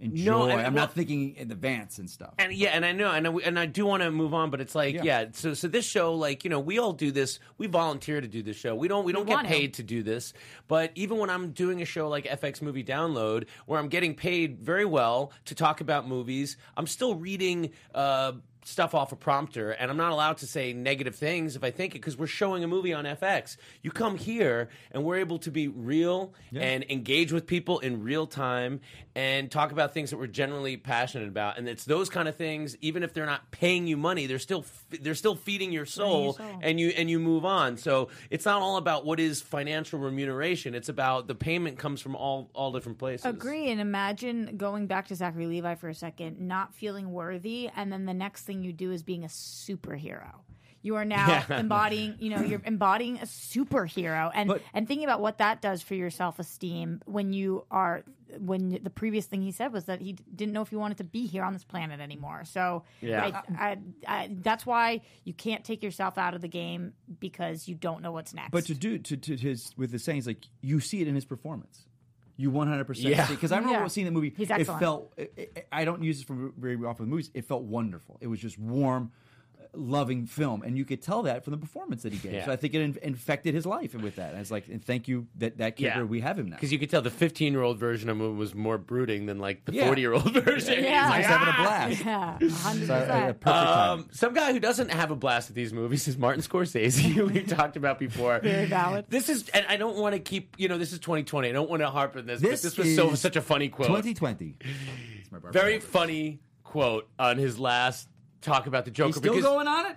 F: enjoy.
B: No, I mean,
F: I am
B: well-
F: not thinking in advance and stuff.
B: and yeah, and I know, and I, and I do want to move on, but it's like, yeah.
F: Yeah.
B: So, so this show, like, you know, we all do this. We volunteer to do this show. We don't, we don't get
E: want to.
B: paid to do this. But even when I'm doing a show like FX Movie Download, where I'm getting paid very well to talk about movies, I'm still reading. Uh, Stuff off a prompter, and I'm not allowed to say negative things if I think it because we're showing a movie on FX. You come here, and we're able to be real and engage with people in real time and talk about things that we're generally passionate about and it's those kind of things even if they're not paying you money they're still f- they're still feeding your soul,
E: soul.
B: and you and you move on so it's not all about what is financial remuneration it's about the payment comes from all all different places
E: Agree. And imagine going back to Zachary Levi for a second, not feeling worthy, and then the next thing you do is being a superhero. You are now embodying, you know, you're embodying a superhero, and
F: But-
E: and thinking about what that does for your self esteem when you are when the previous thing he said was that he d- didn't know if he wanted to be here on this planet anymore. So
B: Yeah.
E: I, I, I, that's why you can't take yourself out of the game because you don't know what's next.
F: But to do to, to his with the sayings like you see it in his performance. You 100%
B: Yeah.
F: see because I remember
E: Yeah.
F: seeing that movie.
E: He's
F: it
E: excellent.
F: felt. It, it- I don't use this for very often with movies. It felt wonderful. It was just warm. loving film, and you could tell that from the performance that he gave.
B: Yeah.
F: So I think it in- infected his life with that. And it's like, and thank you that that kicker, we have him now.
B: Because you could tell the 15 year old version of him was more brooding than like the
F: Yeah.
B: 40 year old version.
E: Yeah.
F: he's
B: He's like,
F: having a
B: "Ah!"
F: blast. (laughs)
E: Yeah, 100%.
F: So, uh, perfect time.
B: Um, some guy who doesn't have a blast at these movies is Martin Scorsese, who we talked about before.
E: (laughs) Very valid.
B: This is, and I don't want to keep, you know, this is 2020. I don't want to harp on this, but
F: This
B: this was so
F: is
B: such a funny quote.
F: 2020. It's my birthday.
B: Very funny quote on his last talk about the Joker.
F: He's still
B: because-
F: going on it.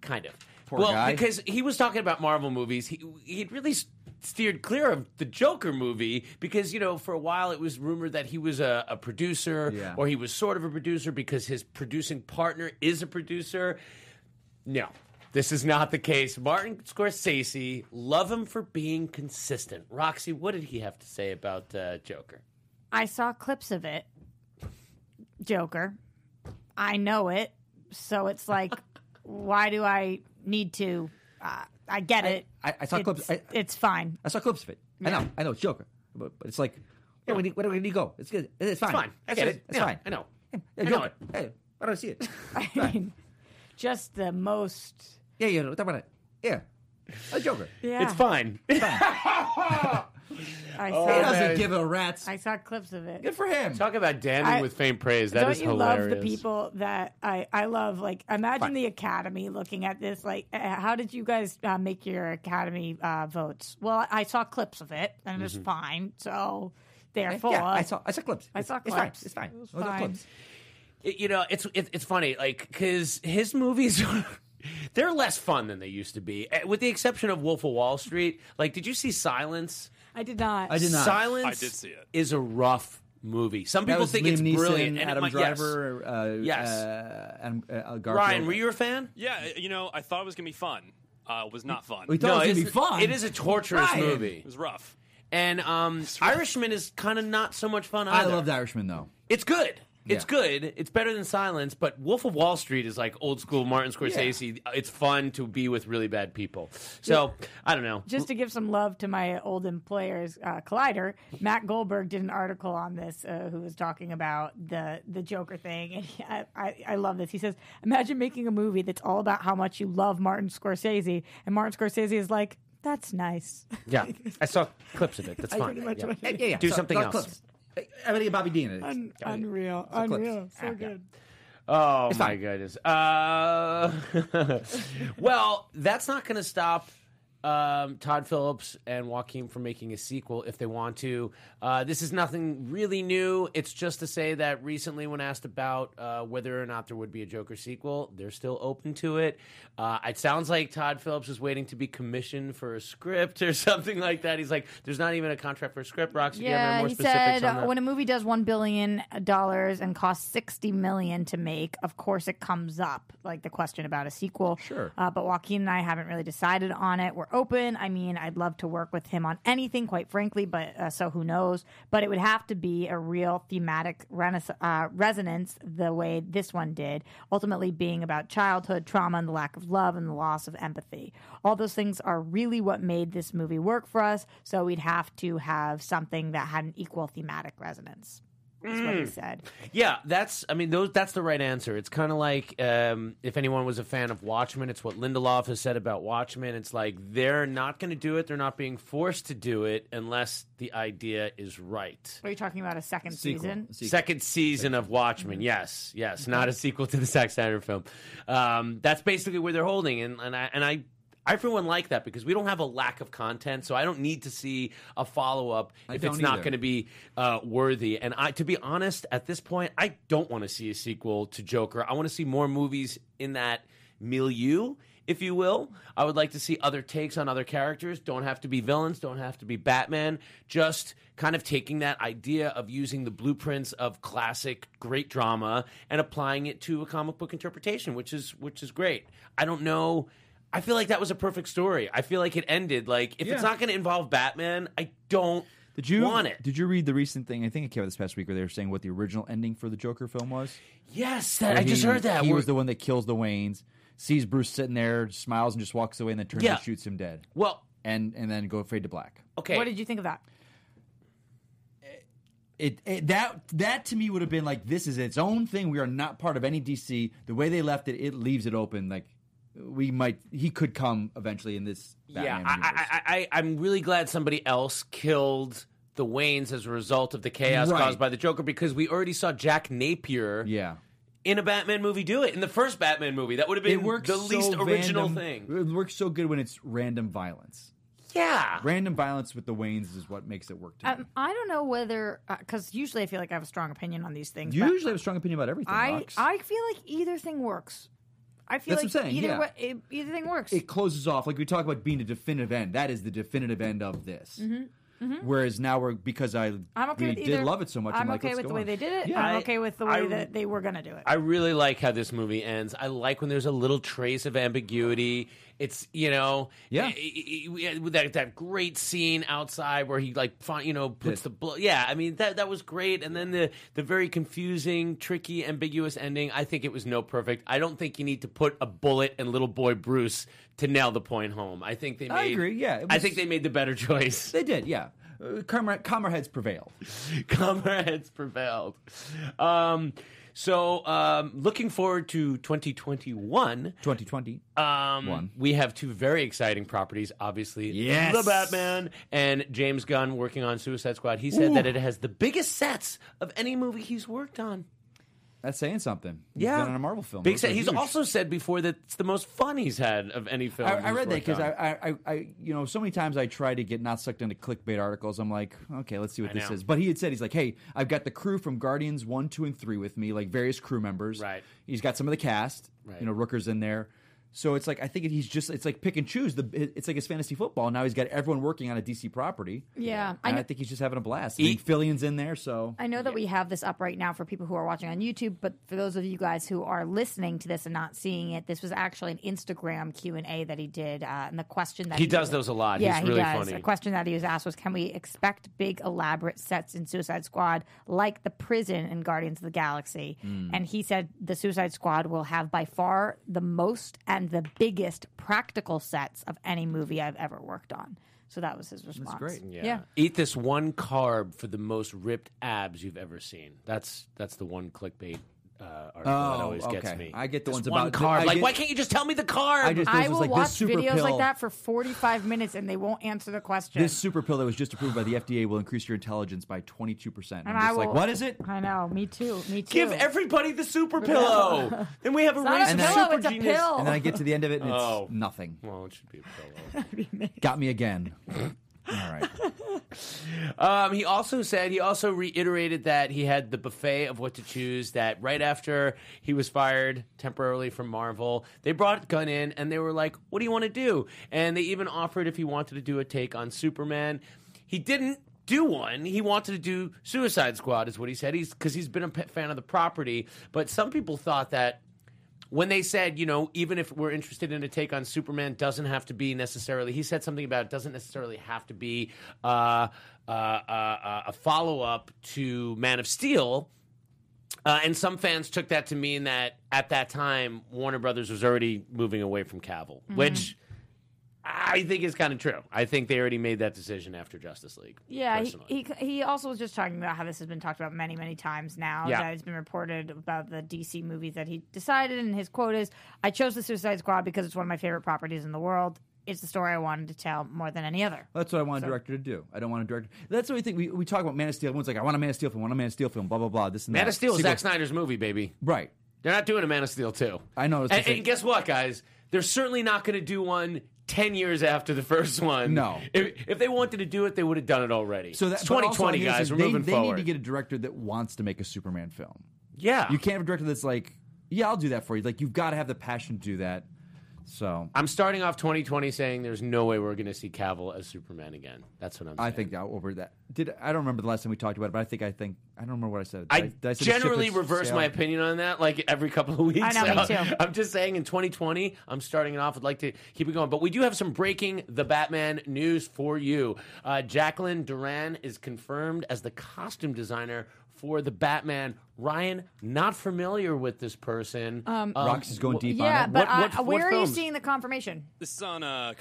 B: kind of.
F: Poor
B: well,
F: guy.
B: because he was talking about Marvel movies, he he'd really s- steered clear of the Joker movie because you know for a while it was rumored that he was a, a producer
F: Yeah.
B: or he was sort of a producer because his producing partner is a producer. No. This is not the case. Martin Scorsese, love him for being consistent. Roxy, what did he have to say about uh, Joker?
E: I saw clips of it. Joker. I know it. So
F: (laughs)
E: it's like, why do I need to? Uh, I get it.
F: I, I saw
E: it's,
F: clips. I,
E: it's fine.
F: I saw clips of it. I know. I know it's Joker, but, but it's like, yeah, we need, where do we need to go? It's good. It's fine.
B: It's fine. I
F: It's
B: get
F: just-
B: it.
F: It's
B: Yeah,
F: fine.
B: I know.
F: Hey,
B: I know
F: Joker.
B: it.
F: Hey, why don't I see (laughs) it?
E: I mean, (laughs) just the most.
F: yeah, yeah. Talk about it. Yeah, a Joker.
E: Yeah,
B: It's
E: (laughs)
B: fine.
E: I saw,
F: He
B: man.
F: doesn't give a rat's.
E: I saw clips of it.
F: Oh, Good for him.
B: Talk about damning
E: I-
B: with faint praise. That
E: Don't
B: is
E: you
B: hilarious.
E: love the people that I, I love? Like, imagine the Academy looking at this. Like, uh, how did you guys uh, make your Academy uh, votes? Well, I saw clips of it, and it was fine. So, therefore,
F: Mm-hmm. Yeah, I saw. I saw clips.
E: I saw
F: It's-
E: clips.
F: It's fine.
E: It was
F: It's fine. Look at
E: fine.
F: clips.
B: it- you know, it's it, it's funny, like because his movies. (laughs) They're less fun than they used to be, eh, with the exception of Wolf of Wall Street. Like, did you see Silence?
E: I did not.
F: I did not.
B: Silence
G: I did see it.
B: is a rough movie. Some
F: That
B: people
F: was
B: think
F: Liam
B: it's
F: Neeson,
B: brilliant. and it
F: Adam
B: might- yes.
F: Driver. Uh,
B: Yes.
F: Uh, Adam uh, Garfield.
B: Ryan, were you a fan?
G: Yeah, uh, you know, I thought it was gonna be fun. Uh, it was not fun.
F: We
G: It
F: thought it was gonna be
B: it's-
F: fun.
B: It is a torturous
F: Ryan.
B: movie,
G: was rough.
B: and um, Irishman is kind of not so much fun.
F: I
B: Either.
F: love The Irishman though.
B: It's good. It's
F: Yeah.
B: good. It's better than Silence, but Wolf of Wall Street is like old school Martin Scorsese. It's fun to be with really bad people. So I don't know.
E: just to give some love to my old employers, uh, Collider, Matt Goldberg did an article on this, uh, who was talking about the the Joker thing, and he, I, I I love this. He says, "Imagine making a movie that's all about how much you love Martin Scorsese, and Martin Scorsese is like, that's nice."
B: Yeah, I saw clips of it. That's
E: I
B: fine.
E: pretty much
B: Yeah.
E: went-
F: Yeah, yeah. yeah.
B: Do
F: So-
B: something
F: no,
B: else. Um,
F: Clips. Everything about Bobby Dean. in it.
E: Un-
F: Yeah.
E: unreal,
F: It's a clip.
E: unreal,
F: Ah,
E: (laughs) so
F: yeah.
E: good.
B: Oh my
F: fine.
B: goodness. Uh, (laughs) well, that's not going to stop um, Todd Phillips and Joaquin from making a sequel if they want to. Uh, this is nothing really new. It's just to say that recently, when asked about uh, whether or not there would be a Joker sequel, they're still open to it. Uh, it sounds like Todd Phillips is waiting to be commissioned for a script (laughs) or something like that. He's like, there's not even a contract for a script. Roxy, do you have any
E: Yeah,
B: more
E: he
B: specifics
E: said
B: on that?
E: when a movie does one billion dollars and costs sixty million to make, of course it comes up like the question about a sequel.
F: Sure.
E: uh, but Joaquin and I haven't really decided on it. We're open. I mean, I'd love to work with him on anything, quite frankly. But uh, so who knows? But it would have to be a real thematic renaissance, uh, resonance, the way this one did. Ultimately, being about childhood trauma and the lack of love and the loss of empathy. All those things are really what made this movie work for us. So we'd have to have something that had an equal thematic resonance. That's what he
F: Mm.
E: said.
B: Yeah, that's. I mean, those. That's the right answer. It's kind of like um, if anyone was a fan of Watchmen, it's what Lindelof has said about Watchmen. It's like they're not going to do it. They're not being forced to do it unless the idea is right.
E: Are you talking about a second
F: Sequel.
E: season?
F: Sequel.
B: Second season of Watchmen. Yes, yes, not a sequel to the Zack Snyder film. Um, that's basically where they're holding, and and I and I. I for one like that because we don't have a lack of content, so I don't need to see a follow up
F: I
B: if
F: don't
B: it's not
F: either.
B: going to be uh, worthy. And I, to be honest, at this point, I don't want to see a sequel to Joker. I want to see more movies in that milieu, if you will. I would like to see other takes on other characters. Don't have to be villains. Don't have to be Batman. Just kind of taking that idea of using the blueprints of classic great drama and applying it to a comic book interpretation, which is which is great. I don't know. I feel like that was a perfect story. I feel like it ended like if
F: Yeah.
B: it's not going to involve Batman, I don't
F: Did you
B: want it?
F: Did you read the recent thing? I think it came out this past week where they were saying what the original ending for the Joker film was.
B: yes, that,
F: Where
B: I just
F: he-
B: heard that.
F: he
B: We're-
F: was the one that kills the Waynes, sees Bruce sitting there, smiles and just walks away, and then turns
B: Yeah.
F: and shoots him dead,
B: well,
F: and and then go fade to black.
B: okay.
E: What did you think of that?
F: It, it that that to me would have been like this is its own thing. We are not part of any DC. The way they left it, it leaves it open. Like we might, he could come eventually in this.
B: yeah,
F: Batman universe.
B: I, I, I, I, I'm really glad somebody else killed the Waynes as a result of the chaos
F: Right.
B: caused by the Joker because we already saw Jack Napier
F: yeah.
B: in a Batman movie do it in the first Batman movie. That would have been
F: It works
B: the
F: so
B: least original
F: random-
B: thing.
F: It works so good when it's random violence.
B: Yeah,
F: Random violence with the Waynes is what makes it work. To me.
E: Um, I don't know whether because usually I feel like I have a strong opinion on these things.
F: You
E: but
F: usually have a strong opinion about everything.
E: I
F: Rox.
E: I feel like either thing works. I feel
F: That's
E: like
F: what I'm saying,
E: either
F: yeah.
E: way, it, either thing works.
F: it closes off like we talk about being a definitive end. That is the definitive end of this. Whereas now we're because I
E: Mm-hmm. I'm okay
F: really
E: with
F: did
E: either.
F: love it so much.
E: I'm,
F: like,
E: okay
F: let's
E: with
F: go
E: the way
F: on.
E: they did it. Um,
F: Yeah,
E: I'm
B: I-
E: okay with the way
B: I-
E: that they were going to do it.
B: I really like how this movie ends. I like when there's a little trace of ambiguity. It's you know
F: Yeah.
B: eh, eh, eh, eh, with that that great scene outside where he like fi- you know puts the blood. Yeah, I mean that that was great. And then the the very confusing, tricky, ambiguous ending. I think it was no perfect. I don't think you need to put a bullet in little boy Bruce to nail the point home. I think they made.
F: I agree, yeah, it
B: I
F: was-
B: think they made the better (laughs) choice.
F: they did. Yeah, uh, comrade, comrades prevail.
B: (laughs) comrades prevailed. Um, so, um, looking forward to 2021.
F: 2020.
B: Um,
F: One.
B: We have two very exciting properties, obviously.
F: Yes.
B: The Batman and James Gunn working on Suicide Squad. He said that it has the biggest sets of any movie he's worked on.
F: That's saying something. He's
B: Yeah.
F: been on a Marvel film.
B: Big
F: Those
B: set.
F: are
B: He's
F: huge.
B: also said before that it's the most fun he's had of any film.
F: I, I
B: he's
F: read that
B: worked
F: because
B: on.
F: I, I, I, I, you know, so many times I try to get not sucked into clickbait articles. I'm like, okay, let's see what
B: I
F: this
B: know.
F: is. But he had said he's like, hey, I've got the crew from Guardians one, two, and three with me, like various crew members.
B: Right.
F: He's got some of the cast.
B: Right.
F: You know, Rooker's in there. So it's like I think he's just it's like pick and choose. The it's like his fantasy football. Now he's got everyone working on a DC property.
E: Yeah. I
F: and I,
E: kn-
F: think he's just having a blast. And then Fillion's in there, so
E: I know that we have this up right now for people who are watching on YouTube, but for those of you guys who are listening to this and not seeing it, this was actually an Instagram Q and A that he did, uh, and the question that
B: He
E: he
B: does those a lot.
E: Yeah,
B: He's
E: he
B: really
E: does.
B: funny.
E: A question that he was asked was, "Can we expect big, elaborate sets in Suicide Squad like the prison in Guardians of the Galaxy?"
B: Hmm.
E: And he said, "The Suicide Squad will have by far the most and the biggest practical sets of any movie I've ever worked on." So that was his response.
F: great.
B: Yeah. Eat this one carb for the most ripped abs you've ever seen. That's that's the one clickbait uh, article that
F: Oh,
B: always gets
F: okay.
B: me.
F: I get the
B: This
F: ones
B: one
F: about-
B: carb.
F: I
B: like,
F: get-
B: why can't you just tell me the carb?
F: I just
E: I
F: it was
E: will
F: like
E: watch
F: this super
E: videos
F: pill,
E: like that for 45 minutes and they won't answer the question.
F: This super pill that was just approved by the FDA will increase your intelligence by twenty two percent. I'm
E: And I
F: just like,
E: will-
F: what is it?
E: I know. Me too. Me too.
B: Give everybody the
F: (laughs)
B: super pillow. then we have a
E: not
B: race
E: a
B: of
F: pillow,
B: super
E: it's a
B: genius.
E: pill.
F: And then I get to the end of it and it's
B: Oh.
F: nothing.
B: Well, it should be a pillow.
F: Got me again. All right.
B: Um, he also said he also reiterated that he had the buffet of what to choose. That right after he was fired temporarily from Marvel, they brought Gunn in and they were like, "What do you want to do?" And they even offered if he wanted to do a take on Superman. He didn't do one. He wanted to do Suicide Squad, is what he said. He's because he's been a pe- fan of the property. But some people thought that when they said, you know, even if we're interested in a take on Superman, doesn't have to be necessarily. He said something about it doesn't necessarily have to be uh, uh, uh, uh, a follow up to Man of Steel. Uh, and some fans took that to mean that at that time Warner Brothers was already moving away from Cavill,
E: Mm-hmm.
B: which I think is kind of true. I think they already made that decision after Justice League.
E: yeah, he,
B: personally.
E: he he also was just talking about how this has been talked about many many times now.
B: Yeah.
E: That it's been reported about the DC movies that he decided, and his quote is, "I chose the Suicide Squad because it's one of my favorite properties in the world. It's the story I wanted to tell more than any other."
F: That's what I want a director to do. I don't want a director. That's the only thing we, we talk about Man of Steel. Everyone's like, I want a Man of Steel film, I want a Man of Steel film, blah, blah, blah. This and
B: Man
F: that.
B: of Steel is
F: Sequel-
B: Zack Snyder's movie, baby.
F: Right.
B: They're not doing a Man of Steel 2.
F: I know, I was
B: And,
F: gonna say-
B: and guess what, guys? They're certainly not going to do one 10 years after the first one.
F: No.
B: If, if they wanted to do it, they would have done it already.
F: So that's
B: it's 2020, guys. We're
F: they,
B: moving
F: they
B: forward. Ah.
F: need to get a director that wants to make a Superman film.
B: yeah.
F: You can't have a director that's like, yeah, I'll do that for you. Like, you've got to have the passion to do that. So
B: I'm starting off 2020 saying there's no way we're going to see Cavill as Superman again. That's what I'm saying.
F: I think that over that did I don't remember the last time we talked about it, but I think I think I don't remember what I said.
B: I,
F: Did did say the ship
B: generally
F: has
B: reverse my
F: sailed?
B: opinion on that, like every couple of (laughs) weeks.
E: I know, me
B: So,
E: too.
B: I'm just saying, in 2020, I'm starting it off. I'd like to keep it going, but we do have some breaking the Batman news for you. Uh, Jacqueline Duran is confirmed as the costume designer for the Batman. Ryan, not familiar with this person. Um,
F: Rox is going deep
E: yeah,
F: on it.
E: but
B: What- what-
E: uh,
B: what
E: where are you
B: films?
E: seeing the confirmation?
G: This is on uh,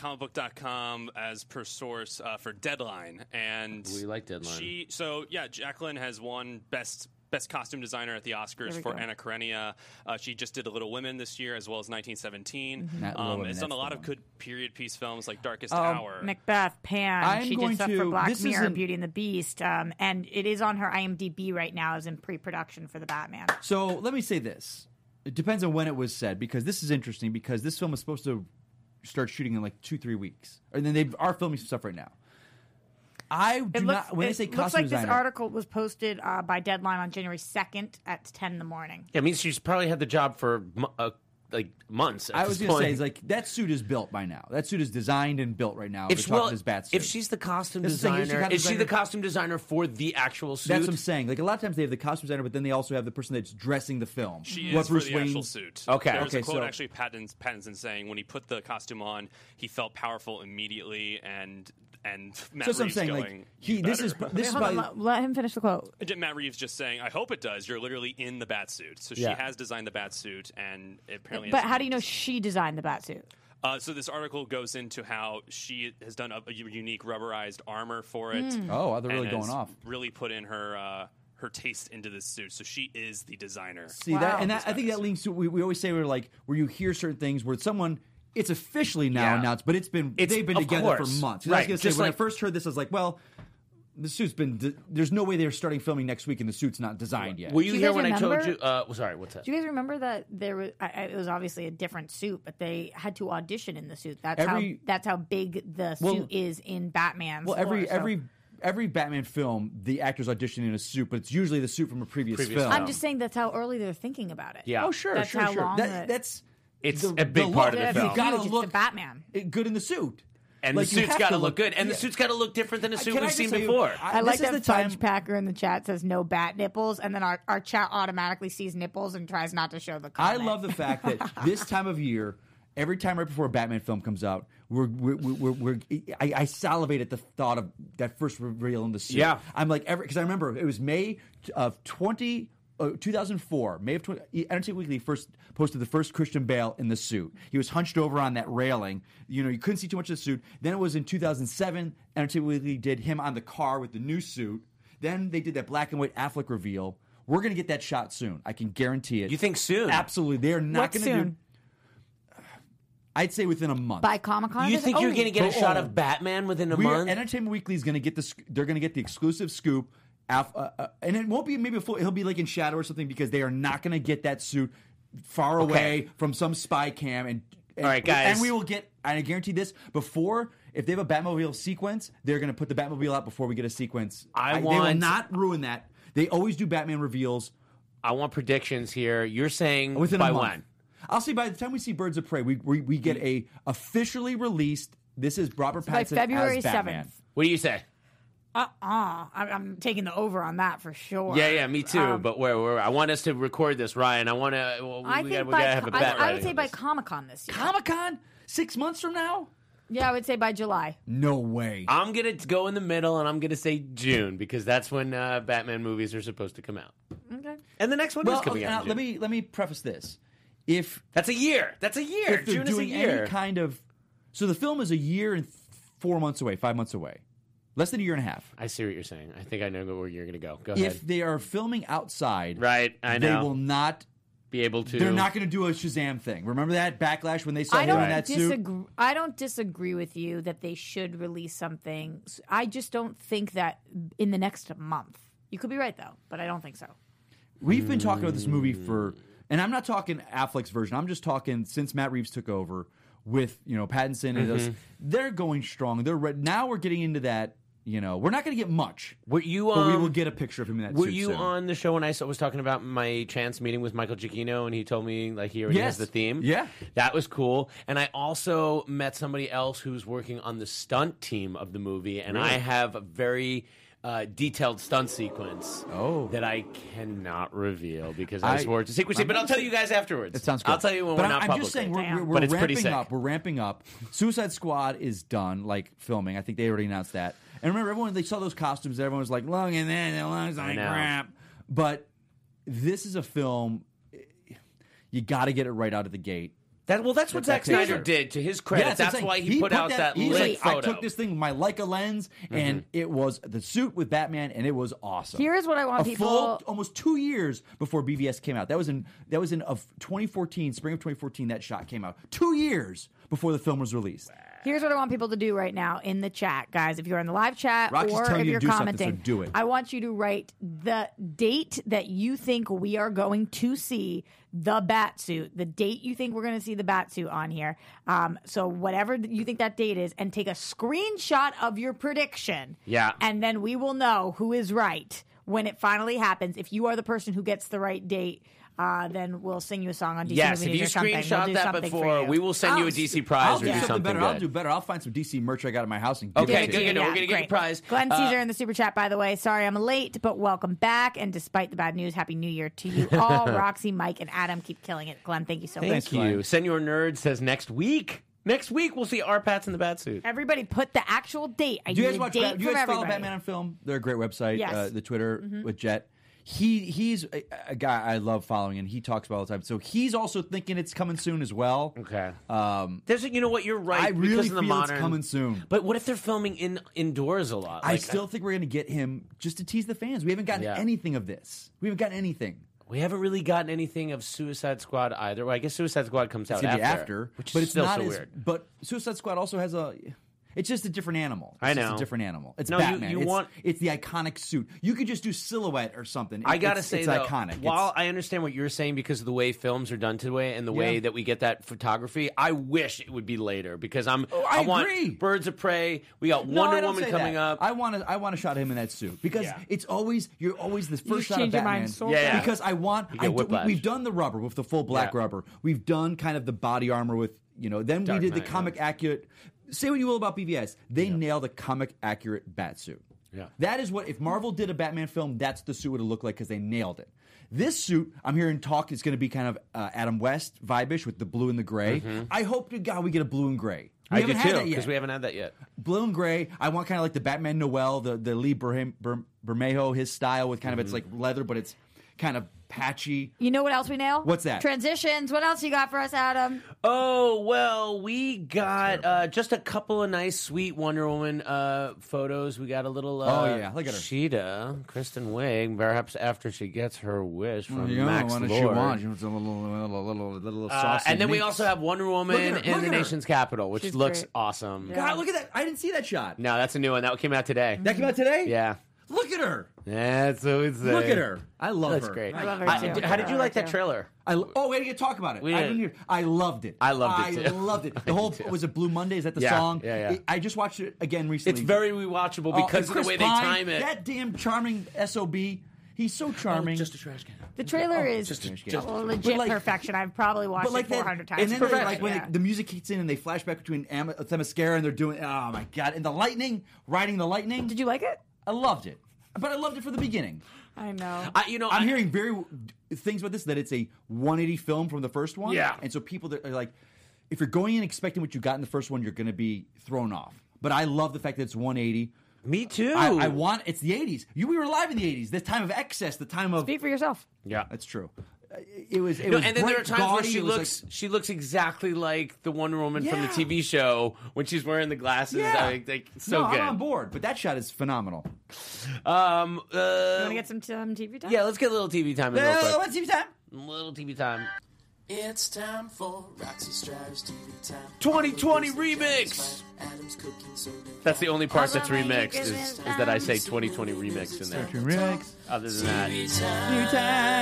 G: comicbook.com as per source uh, for Deadline, and
B: We like Deadline.
G: She so yeah, Jacqueline has won best best costume designer at the Oscars
E: we
G: for
E: go.
G: Anna Karenina. Uh, she just did Little Women this year as well as 1917.
F: Not Mm-hmm. Little
G: Um,
F: Women,
G: it's done
F: that's
G: a
F: the
G: lot of
F: one.
G: good period piece films like Darkest
F: Um,
G: Hour.
E: Macbeth, Pan.
F: I'm
E: she
F: going
E: did stuff for
F: to-
E: Black
F: this
E: Mirror,
F: isn't-
E: Beauty and the Beast, um, and it is on her IMDb right now. Is in pre-production for the Batman.
F: So let me say this. It depends on when it was said because this is interesting because this film is supposed to start shooting in like two, three weeks. And then they are filming some stuff right now. I do
E: It looks,
F: not, when
E: it
F: they say
E: looks
F: costume
E: like this
F: designer,
E: article was posted uh, by deadline on January second at ten in the morning.
B: Yeah, I mean, she's probably had the job for mo- uh, like months. At
F: I was
B: this
F: going to
B: point.
F: say, it's like, that suit is built by now. That suit is designed and built right now. They're
B: If,
F: talking
B: well,
F: this bat suit.
B: if she's the costume
F: This is the thing,
B: designer,
F: is she kind of
B: is she the
F: designer-
B: costume designer for the actual suit?
F: That's what I'm saying. Like a lot of times they have the costume designer, but then they also have the person that's dressing the film.
G: She
F: What
G: is
F: Bruce
G: for the
F: Wayne's-
G: actual suit.
B: Okay.
G: There's
F: Okay,
G: a quote
F: so-
G: actually Pattinson, Pattinson saying when he put the costume on, he felt powerful immediately, and and Matt
F: So that's what I'm
G: Reeves
F: saying.
G: going,
F: Like he,
G: "You
F: this
G: (laughs) better."
F: is this is
E: Hold on,
F: probably
E: let, let him finish the quote.
G: Did Matt Reeves just saying, "I hope it does." You're literally in the bat suit, so
B: Yeah.
G: she has designed the bat suit, and it apparently.
E: But
G: has-
E: how do you know she designed the Batsuit?
G: Uh, so this article goes into how she has done a, a unique rubberized armor for it.
E: Hmm.
F: Oh, they're really
G: and
F: going
G: has
F: off.
G: Really put in her uh, her taste into this suit, so she is the designer.
F: See that, and that, I think that links to we, we always say we're like where you hear certain things where someone it's officially now
B: Yeah.
F: announced, but it's been
B: It's-
F: they've been
B: of
F: together
B: course.
F: for months. I
B: Right,
F: was gonna say,
B: just
F: when
B: like-
F: I first heard this, I was like, well, the suit's been. De- there's no way they're starting filming next week, and the suit's not designed yet.
B: Were you
E: Do you
B: here
E: guys
B: when I told
E: remember-
B: you? Uh, well, sorry, what's that?
E: Do you guys remember that there was? I, I- it was obviously a different suit, but they had to audition in the suit. That's how
F: Every-
E: that's how big the
F: Well-
E: suit is in Batman's.
F: well, every
E: lore, so-
F: every every Batman film, the actors audition in a suit, but it's usually the suit from a previous,
B: Previous
F: film.
B: film.
E: I'm just saying that's how early they're thinking about it.
B: Yeah.
F: Oh sure,
E: That's
F: sure,
E: how
F: sure.
E: long
F: That-
E: the-
F: that's
B: It's
F: the-
B: a big
F: the
B: part of the
F: look-
E: Yeah,
B: film.
E: it's
F: You gotta
E: huge. It's the
F: look
E: Batman.
F: good in the suit,
B: and
F: Like,
B: the
F: you
B: suit's
F: have
B: got to
F: to
B: look good, and
F: yeah.
B: the suit's got to look different than the suit
F: Can I
B: we've
F: just
B: seen
F: say,
B: before.
E: Uh, I
F: this
E: like
F: is
E: that
F: the
E: Fudge
F: time-
E: Packer in the chat says no bat nipples, and then our, our chat automatically sees nipples and tries not to show the.
F: I
E: Comment.
F: love the fact that this time of year, every time right before a Batman film comes out, we're, we're, we're, we're, I, I salivate at the thought of that first reveal in the suit.
B: Yeah.
F: I'm like, every because I remember it was May of 20. Uh, 2004, May of E, 20, Entertainment Weekly first posted the first Christian Bale in the suit. He was hunched over on that railing. You know, you couldn't see too much of the suit. Then it was in 2007, Entertainment Weekly did him on the car with the new suit. Then they did that black and white Affleck reveal. We're going to get that shot soon. I can guarantee it.
B: You think soon?
F: Absolutely. They're not
E: What's
F: going to do.
E: soon
F: (sighs) I'd say within a month.
E: by Comic Con.
B: You think you're going to get a
F: oh.
B: shot of Batman within a
F: We are-
B: month?
F: Entertainment Weekly is going to get the. sc- They're going to get the exclusive scoop. Af, uh, uh, and it won't be maybe a full, he'll be like in shadow or something because they are not going to get that suit far away from some spy cam and, and
B: All right, guys.
F: and we will get I guarantee this before if they have a Batmobile sequence they're going to put the Batmobile out before we get a sequence
B: I
F: they will
B: want-
F: not ruin that they always do Batman reveals
B: I want predictions here. You're saying
F: within
B: by
F: a month.
B: when?
F: I'll say by the time we see Birds of Prey, we we, we get a officially released. This is Robert Pattinson
E: by February
F: as Batman.
E: 7th.
B: What do you say?
E: Uh uh I'm, I'm taking the over on that for sure.
B: Yeah, yeah, me too. but where, where? I want us to record this, Ryan. I want to. Well, we,
E: Um, I
B: we
E: think
B: gotta, we
E: by
B: gotta have a
E: I-
B: bet.
E: I,
B: writing
E: would say
B: on
E: by
B: this.
E: Comic Con this year.
F: Comic Con six months from now?
E: yeah, I would say by July.
F: No way.
B: I'm gonna go in the middle, and I'm gonna say June because that's when uh, Batman movies are supposed to come out.
E: Okay.
B: And the next one
F: well,
B: is coming
F: okay,
B: out.
F: now,
B: in
F: let
B: June.
F: me let me preface this. If
B: That's a year. That's a year.
F: if they're
B: June is a
F: doing
B: year.
F: any kind of so the film is a year and th- four months away, five months away, less than a year and a half.
B: I see what you're saying. I think I know where you're gonna go. Go
F: If
B: ahead.
F: they are filming outside,
B: Right, I
F: they
B: know.
F: will not.
B: Be able to.
F: They're not going to do a Shazam thing. Remember that backlash when they saw
E: I
F: him
E: don't
F: in that suit.
E: disagree. I don't disagree with you that they should release something. S- I just don't think that in the next month. You could be right though, but I don't think so.
F: We've been talking about this movie
B: Mm.
F: for, and I'm not talking Affleck's version. I'm just talking since Matt Reeves took over with you know Pattinson and
B: Mm-hmm.
F: those. They're going strong. They're re- now we're getting into that. You know, we're not going to get much,
B: Were you?
F: but
B: Um,
F: we will get a picture of him in that.
B: Were
F: suit
B: you
F: soon.
B: on the show when I s- was talking about my chance meeting with Michael Giacchino and he told me like he already has
F: Yes.
B: the theme?
F: Yeah.
B: That was cool. And I also met somebody else who's working on the stunt team of the movie and I have a very uh, detailed stunt sequence
F: Oh.
B: that I cannot reveal because I,
F: I-
B: swore to secrecy,
F: I'm
B: but
F: not
B: I'll tell
F: saying-
B: you guys afterwards.
F: It sounds good.
B: I'll tell you when
F: but
B: we're
F: I'm,
B: not
F: I'm
B: publicly.
F: just saying we're,
E: Damn.
F: we're, we're
B: But it's pretty
F: ramping
B: sick.
F: up. We're ramping up. Suicide Squad is done, like filming. I think they already announced that. And remember, everyone they saw those costumes. Everyone was like, "Long and then the lungs like
B: know.
F: crap." But this is a film you got to get it right out of the gate.
B: That well, that's what Zack
F: That- that picture.
B: Snyder did to his credit.
F: Yeah, what I'm
B: that's
F: saying.
B: why he, put, out that,
F: he's
B: lit
F: like,
B: photo. Mm-hmm.
F: I took this thing with my Leica lens, and it was the suit with Batman, and it was awesome.
E: Here's what I want
F: a
E: people-
F: Full, almost two years before BVS came out. That was in that was in of 2014, spring of 2014. That shot came out two years before the film was released.
E: Here's what I want people to do right now in the chat, guys. If you're in the live chat
F: Roxy's
E: or
F: telling
E: if
F: you to
E: you're
F: do something, so
E: commenting,
F: do it.
E: I want you to write the date that you think we are going to see the bat suit. The date you think we're going to see the bat suit on here. Um, so whatever th- you think that date is, and take a screenshot of your prediction.
B: Yeah.
E: and then we will know who is right when it finally happens. If you are the person who gets the right date. Uh, then we'll sing you a song on DC
B: yes,
E: Movies
B: if you
E: or something. We'll
B: screenshot
E: do
B: that
E: something for
B: before,
E: you.
B: we will send you a
F: I'll-
B: DC
F: I'll
B: prize
F: do
B: or do
F: something
B: something
F: better.
B: good.
F: I'll do better. I'll find some DC merch I got in my house and give
B: Okay,
F: it
B: good.
F: to you.
B: You know, we're gonna get
E: great.
B: a prize.
E: Glenn
B: Uh,
E: Caesar in the super chat, by the way. Sorry, I'm late, but welcome back. And despite the bad news, happy New Year
F: (laughs)
E: to you all. Roxy, Mike, and Adam keep killing it. Glenn, thank you so much.
B: Thank you. Send your nerd says next week. Next week we'll see our Pats in the bat suit.
E: Everybody, put the actual date. I
F: Do you
E: need
F: guys
E: a
F: watch?
E: date
F: Bat- do you
E: from
F: guys follow
E: everybody.
F: Batman on Film? They're a great website.
E: Yes. Mm-hmm.
F: Uh, the Twitter with Jet. He he's a, a guy I love following, and he talks about it all the time. So he's also thinking it's coming soon as well.
B: Okay.
F: Um,
B: There's, a- you know what, you're right.
F: I really
B: because of the
F: feel it's
B: modern,
F: coming soon.
B: But what if they're filming in indoors a lot?
F: I
B: Like,
F: still think we're gonna get him just to tease the fans. We haven't gotten
B: Yeah.
F: anything of this. We haven't gotten anything.
B: we haven't really gotten anything of Suicide Squad either. Well, I guess Suicide Squad comes out
F: It's gonna
B: Oh, after,
F: be after,
B: which
F: but
B: is
F: it's
B: still
F: not
B: so
F: as.
B: weird.
F: But Suicide Squad also has a. It's just a different animal. It's
B: I
F: just
B: know.
F: a different animal. It's
B: No, you-
F: Batman.
B: you
F: it's,
B: want-
F: it's the iconic suit. You could just do silhouette or something.
B: I
F: It-
B: gotta
F: it's-
B: say
F: it's
B: though,
F: iconic. It's-
B: While I understand what you're saying because of the way films are done today and the way
F: Yeah.
B: that we get that photography, I wish it would be later because I'm.
F: Oh, I
B: want
F: agree.
B: Birds of Prey. We got
F: No, I
B: Wonder
F: don't
B: Woman
F: say
B: coming
F: that.
B: up.
F: I want to. I want to shot him in that suit because
B: Yeah.
F: it's always you're always the first
E: just
F: shot of
E: change your mind
F: Batman.
E: so
B: Yeah, fast. yeah.
F: Because I want.
B: You get
F: I do,
B: whiplash.
F: we, have done the rubber with the full black
B: Yeah.
F: rubber. We've done kind of the body armor with you know. Then
B: Dark
F: we did
B: Knight,
F: the
B: yeah.
F: comic accurate. Say what you will about BVS, they nail the comic accurate bat suit.
B: Yeah.
F: That is what if Marvel did a Batman film, that's the suit it would look like because they nailed it. This suit, I'm hearing talk, is going to be kind of uh, Adam West vibish with the blue and the gray. I hope to God we get a blue and gray. We
B: Mm-hmm. I do
F: haven't had
B: too
F: that yet.
B: because we haven't had that yet.
F: blue and gray. I want kind of like the Batman Noel, the the Lee Berhem- Ber- Bermejo, his style with kind
B: Mhm.
F: of it's like leather, but it's kind of patchy.
E: You know what else we nail?
F: What's that?
E: Transitions. What else you got for us, Adam?
B: Oh well, we got uh, just a couple of nice, sweet Wonder Woman uh, photos. We got a little. Uh,
F: Oh, yeah, look at her.
B: Sheeta, Kristen Wiig. Perhaps after she gets her wish
F: Oh,
B: from Uh, Max
F: what
B: Lord.
F: does she want? She wants a little, little, little, little
B: Uh,
F: saucy
B: and then we
F: mix.
B: also have Wonder Woman
F: Look at her,
B: in
F: look
B: the
F: at her.
B: nation's capital, which
E: She's
B: looks
E: great.
B: awesome.
F: God, look at that! I didn't see that shot.
B: No, that's a new one. That came out today.
F: That came out today.
B: yeah.
F: Look at her.
B: That's what we say.
F: Look at her. I love
B: That's
F: her.
B: great.
F: I
E: love her
B: I-
E: too.
B: d- how did you like that trailer?
F: I, oh, we didn't get to talk about it.
B: We
F: I
B: didn't.
F: didn't hear. I loved it.
B: I loved it,
F: I
B: too. (laughs)
F: loved it. The whole
B: too.
F: was it Blue Monday? Is that the
B: Yeah,
F: song?
B: yeah, yeah.
F: It- I just watched it again recently.
B: It's very rewatchable
F: Oh, and
B: because of
F: Chris
B: the way
F: Pine,
B: they time it. Oh,
F: That damn charming sob. He's so charming.
B: Just a trash can.
E: The trailer is
F: oh, just a- just a-
E: a legit
F: But like-
E: perfection. I've probably watched it
F: that-
E: 400 times.
F: and then they,
E: before.
F: like when
E: Yeah.
F: they, the music hits in and they flash back between Am- uh, Themyscira and they're doing oh my god and the lightning riding the lightning.
E: Did you like it?
F: I loved it, but I loved it for the beginning.
E: I know.
B: I, you know,
F: I'm
B: I-
F: hearing very w- things about this that it's a 180 film from the first one.
B: Yeah.
F: and so people that are like, if you're going in expecting what you got in the first one, you're going to be thrown off. But I love the fact that it's 180.
B: Me too.
F: I, I want it's the 80s. You we were alive in the 80s. This time of excess, the time of
E: Speak for yourself.
B: Yeah.
F: That's true. Uh, It was. It
B: No,
F: was
B: and then
F: bright,
B: there are times where
F: gaudy.
B: she
F: It was
B: looks
F: like-
B: she looks exactly like the Wonder Woman from the
F: Yeah.
B: TV show when she's wearing the glasses.
F: Yeah.
B: Like, like, so
F: no,
B: good.
F: I'm on board. But that shot is phenomenal.
B: Um,
E: You
B: uh,
E: want to get some, some TV time?
B: yeah, let's get a little TV time in real
F: Uh,
B: quick.
F: what's your time?
B: Little TV time.
I: It's time for Roxy Strives TV time.
B: 2020 remix.
I: Adam's cooking soda.
B: That's the only part that's
E: Although my
B: remixed
E: week
B: is,
E: is
B: is that I say 2020 remix in there. Other than that,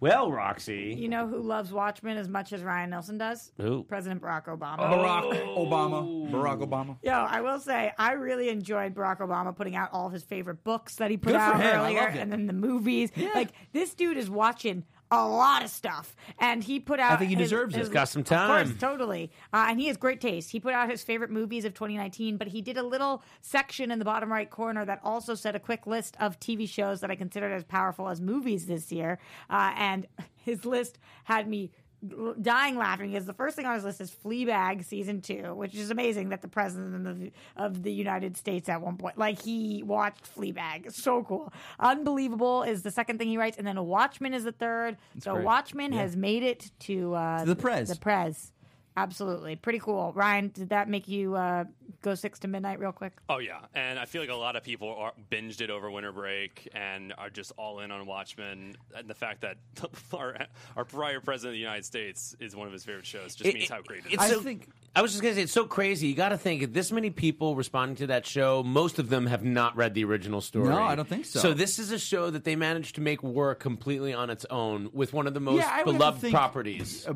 B: well, Roxy,
E: You know who loves Watchmen as much as Ryan Nelson does?
B: Who?
E: President Barack Obama.
F: Barack
B: Oh.
F: Obama. Barack Obama.
E: Yo, I will say I really enjoyed Barack Obama putting out all of his favorite books that he put
F: Good for
E: out
F: him. I
E: earlier,
F: loved it.
E: and then the movies. Like this dude is watching a lot of stuff, and he put out.
F: think he
E: his-
F: deserves it.
E: his-
B: He's got some
E: Of
B: time.
E: course, (laughs) totally. Uh, and he has great taste. He put out his favorite movies of 2019, but he did a little section in the bottom right corner that also said a quick list of TV (laughs) shows that I considered as powerful as movies this year, uh, and his list had me. l- dying laughing is the first thing on his list is Fleabag season two, which is amazing that the president of the, of the United States at one point, like he watched Fleabag. So cool. Unbelievable is the second thing he writes, and then Watchmen is the third. so
F: great.
E: Watchmen has made it to uh,
F: the Prez.
E: The Prez. Absolutely. Pretty cool. Ryan, did that make you uh, go six to midnight real quick?
G: Oh yeah, and I feel like a lot of people are, binged it over winter break and are just all in on Watchmen. And the fact that (laughs) our, our prior president of the United States is one of his favorite shows just
B: It-
G: means how
B: it-
G: great it is.
B: it's
F: I
B: so-
F: think-
B: I was just gonna say it's so crazy. You got to think this many people responding to that show. Most of them have not read the original story.
F: No, I don't think so.
B: So this is a show that they managed to make work completely on its own with one of the most
F: Yeah, I would have to
B: beloved
F: think-
B: properties.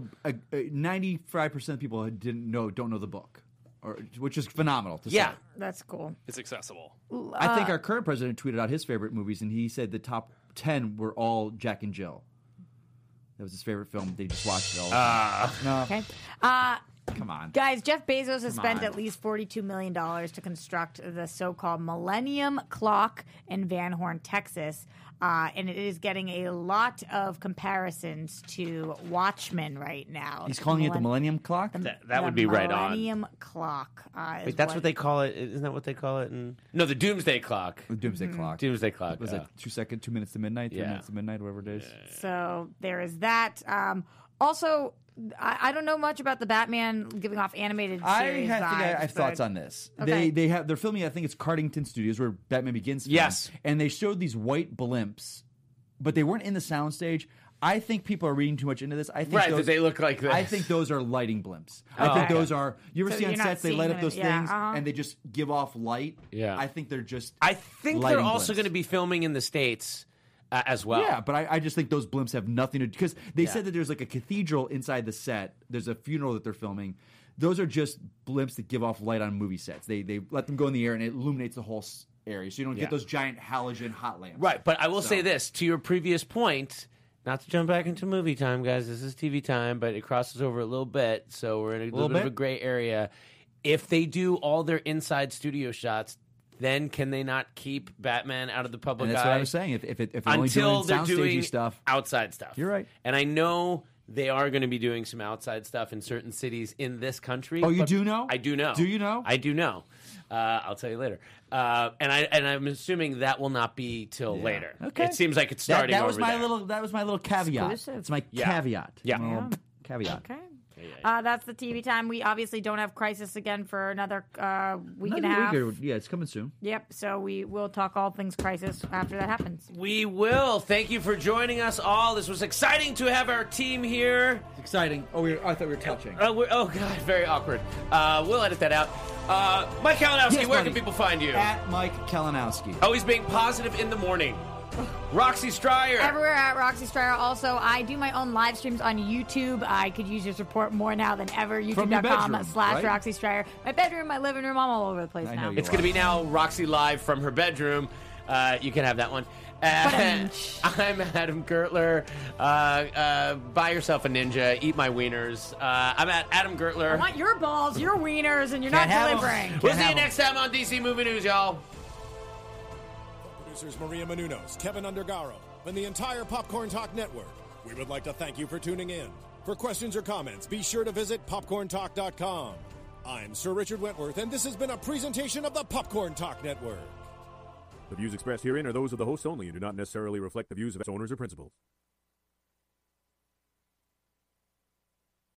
F: Ninety-five percent of people didn't know, don't know the book, or which is phenomenal. To
B: yeah, Uh.
F: say.
E: That's cool.
G: It's accessible.
F: I think our current president tweeted out his favorite movies, and he said the top ten were all Jack and Jill. That was his favorite film. They just watched it all.
E: Okay. Uh,
F: Come on.
E: Guys, Jeff Bezos has spent
F: on.
E: at least $42 million to construct the so called Millennium Clock in Van Horn, Texas. Uh, and it is getting a lot of comparisons to Watchmen right now.
F: He's calling it the
E: Millenn-
F: Millennium Clock.
B: that, that would be right on.
E: Millennium Clock. Uh, is
B: Wait, that's what they call it. Isn't that what they call it? In... No, the Doomsday Clock.
F: The Doomsday Clock.
B: Doomsday Clock.
F: was
B: yeah.
F: it two second, two minutes to midnight, three
B: uh, Yeah.
F: minutes to midnight, whatever it is.
E: So there is that. Um, also, I, I don't know much about the Batman giving off animated
F: I
E: series
F: have, think I
E: vibes,
F: have thoughts
E: but-
F: on this.
E: Okay.
F: They they have they're filming. I think it's Cardington Studios where Batman Begins. filmed,
B: Yes.
F: and they showed these white blimps, but they weren't in the soundstage. I think people are reading too much into this. I think
B: Right, that
F: those,
B: they look like this.
F: I think those are lighting blimps. I
B: Oh,
F: think
B: okay.
F: those are. You ever
E: So
F: see on
E: you're not
F: sets they
E: seeing
F: light
E: it,
F: up those
E: yeah,
F: things
E: uh-huh.
F: and they just give off light.
B: Yeah.
F: I think they're just.
B: I think they're
F: lighting
B: also
F: blimps.
B: going to be filming in the states uh, as well.
F: Yeah, but I, I just think those blimps have nothing to do because they said that there's like a cathedral inside the set. There's a funeral that they're filming. Those are just blimps that give off light on movie sets. They they let them go in the air and it illuminates the whole s- area, so you don't
B: Yeah.
F: get those giant halogen hot lamps.
B: Right, but I will say
F: So-
B: this to your previous point. Not to jump back into movie time, guys. This is TV time, but it crosses over a little bit, so we're in a little, bit, of a
F: bit?
B: gray area. If they do all their inside studio shots, then can they not keep Batman out of the public
F: And that's
B: eye?
F: what I was saying. If if, it, if they're only
B: until
F: doing
B: they're doing
F: soundstagey stuff,
B: outside stuff.
F: You're right.
B: and I know they are going to be doing some outside stuff in certain cities in this country.
F: Oh, you
B: but
F: do know?
B: I do know.
F: Do you know?
B: I do know. Uh, I'll tell you later. Uh, and I and I'm assuming that will not be till later.
F: okay,
B: It seems like it's
F: That-
B: starting.
F: That, was
B: over
F: my
B: there.
F: little that was my little caveat.
E: Exclusive.
F: It's my
B: Yeah.
F: caveat.
B: Yeah.
F: My little caveat.
E: Okay. Uh, that's the TV time. We obviously don't have Crisis again for another uh, week and a half.
F: Another week or- yeah, it's coming soon.
E: Yep. So we will talk all things Crisis after that happens.
B: We will. Thank you for joining us all. This was exciting to have our team here.
F: It's exciting. Oh, we I thought we were touching.
B: Uh, we're, oh God, very awkward. Uh, we'll edit that out. Uh, Mike Kalinowski,
F: Yes,
B: where
F: buddy.
B: can people find you?
F: At Mike Kalinowski.
B: Always Oh, being positive in the morning. Roxy Stryer.
E: Everywhere at Roxy Stryer. Also, I do my own live streams on YouTube. I could use your support more now than ever.
F: From your
E: YouTube.com
F: bedroom,
E: slash
F: right?
E: Roxy Stryer. My bedroom, my living room, I'm all over the place
F: I
E: now.
F: know you
B: it's going to be now Roxy Live from her bedroom. Uh, you can have that one. Uh,
E: Ba-dum-tsh.
B: (laughs) I'm Adam Gertler. Uh, uh, buy yourself a ninja. Eat my wieners. Uh, I'm at Adam
E: I
B: Gertler.
E: want your balls, your wieners, and you're
F: Can't
E: not
F: have 'em.
E: delivering.
B: We'll
F: Can't
B: see you
F: have 'em.
B: next time on DC Movie News, y'all.
C: Producers Maria Menunos, Kevin Undergaro, and the entire Popcorn Talk Network. We would like to thank you for tuning in. For questions or comments, be sure to visit popcorntalk.com. I'm Sir Richard Wentworth, and this has been a presentation of the Popcorn Talk Network.
J: The views expressed herein are those of the hosts only and do not necessarily reflect the views of its owners or principals.